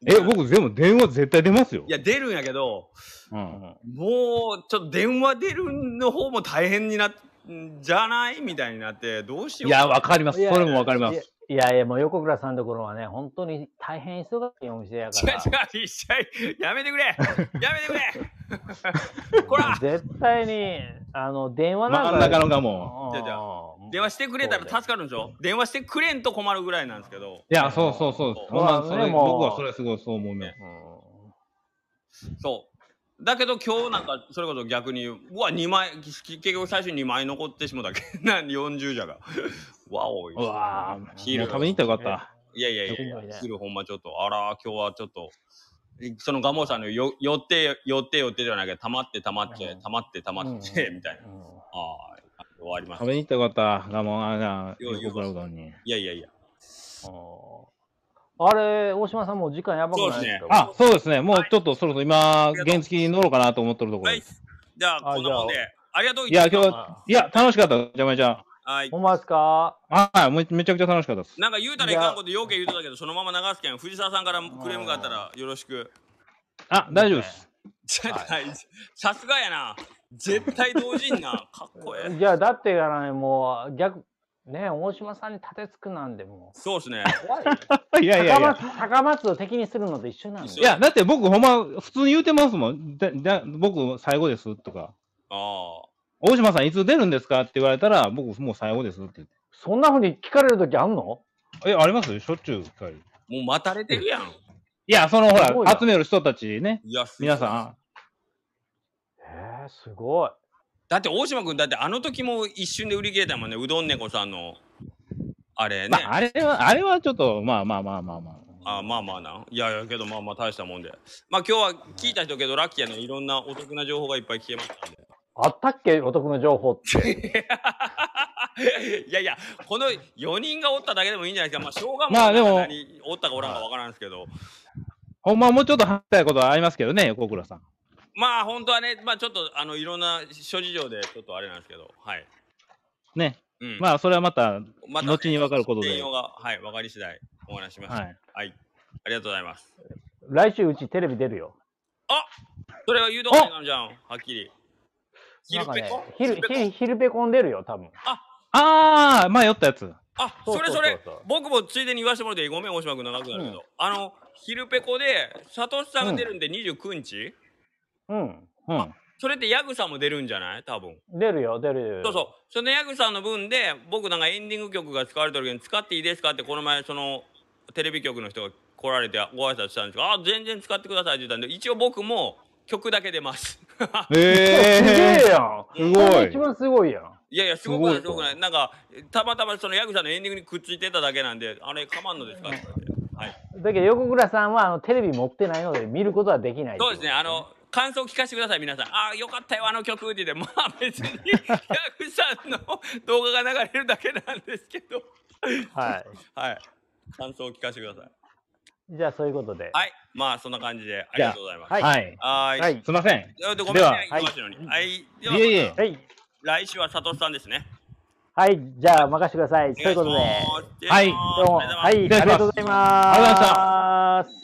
[SPEAKER 3] え、僕、でも電話絶対出ますよ。
[SPEAKER 1] いや出るんやけど
[SPEAKER 3] う。
[SPEAKER 2] うんん
[SPEAKER 1] もうちょっと電話出るの方も大変になっんじゃないみたいになってどうしよ
[SPEAKER 3] いうや、わかります。
[SPEAKER 2] いや
[SPEAKER 3] それもわかります。
[SPEAKER 2] いやいやいや、もう横倉さんのところはね、本当に大変忙しいお店や
[SPEAKER 1] 違
[SPEAKER 2] から。
[SPEAKER 1] う違う一緒にやめてくれやめてくれこら
[SPEAKER 2] 絶対に、あの、電話なん
[SPEAKER 3] 真
[SPEAKER 2] か。
[SPEAKER 3] ん中のがも
[SPEAKER 1] じゃあじゃ電話してくれたら助かるんでしょ電話してくれんと困るぐらいなんですけど
[SPEAKER 3] う。いや、そうそうそう。
[SPEAKER 1] そう
[SPEAKER 3] ほんま
[SPEAKER 2] そう
[SPEAKER 3] そ
[SPEAKER 2] だね
[SPEAKER 3] れ
[SPEAKER 2] もう
[SPEAKER 3] 僕はそれはすごいそう思うね。
[SPEAKER 2] る。
[SPEAKER 1] そだけど今日なんかそれこそ逆にうわ2枚き結局最初に2枚残ってしまったけど な40じゃがわおいう
[SPEAKER 3] わ
[SPEAKER 1] ヒーロー
[SPEAKER 3] ー、もう食べに行ったらよかった。
[SPEAKER 1] いやいやいやいや昼ほんまちょっとあら今日はちょっといその蒲生さんのよ寄って寄って寄ってじゃないけどたまってたまって
[SPEAKER 3] うん
[SPEAKER 1] たまってたまって
[SPEAKER 3] うん
[SPEAKER 1] みたいな
[SPEAKER 3] うん
[SPEAKER 1] ああ終わりまし
[SPEAKER 3] 食
[SPEAKER 1] た
[SPEAKER 3] べ
[SPEAKER 1] い
[SPEAKER 3] に行ったらよかった。我慢あな、
[SPEAKER 1] よう
[SPEAKER 3] 横倉うどんに。
[SPEAKER 1] やいやいや
[SPEAKER 2] あれ、大島さんもう時間やばくないですか
[SPEAKER 3] あ、そうですね。もうちょっとそろそろ今、原付に乗ろうかなと思ってるところ
[SPEAKER 1] は
[SPEAKER 3] で
[SPEAKER 1] い
[SPEAKER 3] す。
[SPEAKER 1] じゃあこんなもんで
[SPEAKER 2] あ
[SPEAKER 1] あり
[SPEAKER 2] じ
[SPEAKER 1] がとう
[SPEAKER 3] いや、今日
[SPEAKER 2] あ、
[SPEAKER 3] いや、楽しかった。めちゃめちゃ。
[SPEAKER 1] はい
[SPEAKER 2] ほんまですか
[SPEAKER 3] はい、めめちゃくちゃ楽しかったです。
[SPEAKER 1] なんか言うたらいかんことようけ言うてたけどそのまま流すけん藤沢さんからクレームがあったらよろしく
[SPEAKER 3] あ、大丈夫です。
[SPEAKER 1] じゃあさすがやな絶対同時になかっこええ
[SPEAKER 2] じゃあ、だってやらない、もう逆、ね、大島さんに立てつくなんで、も
[SPEAKER 1] そうですね
[SPEAKER 2] う怖いよ。
[SPEAKER 3] いやいやいや
[SPEAKER 2] 高。松高松を敵にするのと一緒なん
[SPEAKER 1] 一
[SPEAKER 2] で
[SPEAKER 1] 緒
[SPEAKER 3] いや、だって僕、ほんま、普通に言うてますもん。だだ僕、最後ですとか。
[SPEAKER 1] あ
[SPEAKER 3] 大島さん、いつ出るんですかって言われたら、僕、もう最後ですって言っ
[SPEAKER 2] そんなふうに聞かれる時あんの
[SPEAKER 3] て。え、ありますしょっちゅう機会。い
[SPEAKER 1] あもう待たれてるやん
[SPEAKER 3] や、その、ほ
[SPEAKER 2] すごい
[SPEAKER 3] ら、
[SPEAKER 2] な
[SPEAKER 3] 集める人たちね。
[SPEAKER 1] いやすごい
[SPEAKER 3] 皆さ
[SPEAKER 2] えー、すごい。
[SPEAKER 1] だって大島君だってあの時も一瞬で売り切れたもんねうどん猫さんのあれね、
[SPEAKER 3] ん。まあ、あれは、あれはちょっと、まあまあまあまあま
[SPEAKER 1] あ、まあまあないやいやけどまあまあ大したもんでまあ今日は聞いた人けどラッキーやねいろんなお得な情報がいっぱい聞けましたんで
[SPEAKER 2] あったっけお得な情報って。
[SPEAKER 1] いやいやこの4人がおっただけでもいいんじゃないですかまあしょうが
[SPEAKER 3] まあでも
[SPEAKER 1] 何おったかおらんかわからんですけど、
[SPEAKER 3] あ。ほんま、もうちょっと話したいことはありますけどね、横倉さん。
[SPEAKER 1] まあ本当はねまあちょっとあのいろんな諸事情でちょっとあれなんですけどはい
[SPEAKER 3] ね。
[SPEAKER 1] うん
[SPEAKER 3] まあ、それはまた、
[SPEAKER 1] また
[SPEAKER 3] 後に分かること
[SPEAKER 1] 全
[SPEAKER 3] で。
[SPEAKER 1] 容がはい分かり次第お話しします
[SPEAKER 3] は
[SPEAKER 1] はい、
[SPEAKER 3] い。
[SPEAKER 1] ありがとうございます
[SPEAKER 2] 来週うちテレビ出るよ。
[SPEAKER 1] それは言うとこないかんじゃんはっきり昼
[SPEAKER 2] なん
[SPEAKER 1] ペ
[SPEAKER 2] かね
[SPEAKER 1] コ、
[SPEAKER 2] 昼、
[SPEAKER 1] 昼ペコ
[SPEAKER 2] 昼、昼ペコン出るよ、多分。
[SPEAKER 3] ああ、迷ったやつ。
[SPEAKER 1] あ、
[SPEAKER 2] そう
[SPEAKER 1] そ
[SPEAKER 2] そう
[SPEAKER 1] れ
[SPEAKER 2] そう
[SPEAKER 1] それ
[SPEAKER 2] そうそう、
[SPEAKER 1] 僕もついでに言わせてもらっていい、ごめん、大島君、長くなるけど、あの、昼ペコで、サトシさんが出るんで29日、
[SPEAKER 2] うん。
[SPEAKER 3] うん。
[SPEAKER 1] それってヤグさんも出るんじゃない多分。
[SPEAKER 2] 出るよ、出るよ。
[SPEAKER 1] そうそう。そのヤグさんの分で、僕なんかエンディング曲が使われてるけど、使っていいですかって、この前、その、テレビ局の人が来られてご挨拶したんですけど、あ、全然使ってくださいって言ったんで、一応僕も曲だけ出ます。
[SPEAKER 2] すげ
[SPEAKER 3] え
[SPEAKER 2] え
[SPEAKER 3] え
[SPEAKER 2] やん。
[SPEAKER 3] す
[SPEAKER 2] こ
[SPEAKER 3] ご
[SPEAKER 2] れ
[SPEAKER 3] い
[SPEAKER 2] 一。番すごいやん。
[SPEAKER 1] いやいや、すごくない、
[SPEAKER 3] す
[SPEAKER 1] す
[SPEAKER 3] ごい
[SPEAKER 1] ごくない。なんか、たまたまそのヤグさんのエンディングにくっついてただけなんで、あれ、かまんのですかって言われて。はい。
[SPEAKER 2] だけど横倉さんはあのテレビ持ってないので見ることはできない。
[SPEAKER 1] そうですね、あ。の、感想を聞かせてください、皆さん。ああ、よかったよ、あの曲って言って、まあ別に、ヤクさんの動画が流れるだけなんですけど、
[SPEAKER 2] はい。
[SPEAKER 1] はい。感想を聞かせてください。
[SPEAKER 2] じゃあそういうことで。
[SPEAKER 1] はい、まあそんな感じで、ありがとうございます。
[SPEAKER 2] はい
[SPEAKER 3] は
[SPEAKER 1] は
[SPEAKER 3] い。
[SPEAKER 1] ーい。
[SPEAKER 2] は
[SPEAKER 1] はいい
[SPEAKER 3] すいません。
[SPEAKER 1] でごめん
[SPEAKER 3] で
[SPEAKER 1] ね、
[SPEAKER 3] は
[SPEAKER 1] 言いましたのに。はい。では、
[SPEAKER 3] いえいえ。
[SPEAKER 2] はい。
[SPEAKER 1] 来週は佐藤さんですね。
[SPEAKER 2] はい。じゃあ任せてください。
[SPEAKER 1] お
[SPEAKER 2] と
[SPEAKER 1] 願い
[SPEAKER 2] いう
[SPEAKER 1] し
[SPEAKER 2] ことで。
[SPEAKER 1] ます
[SPEAKER 3] はい
[SPEAKER 2] どうも。
[SPEAKER 1] ありがとうございます
[SPEAKER 2] はい。ありがとうございます。
[SPEAKER 3] ありがとうございま
[SPEAKER 2] した。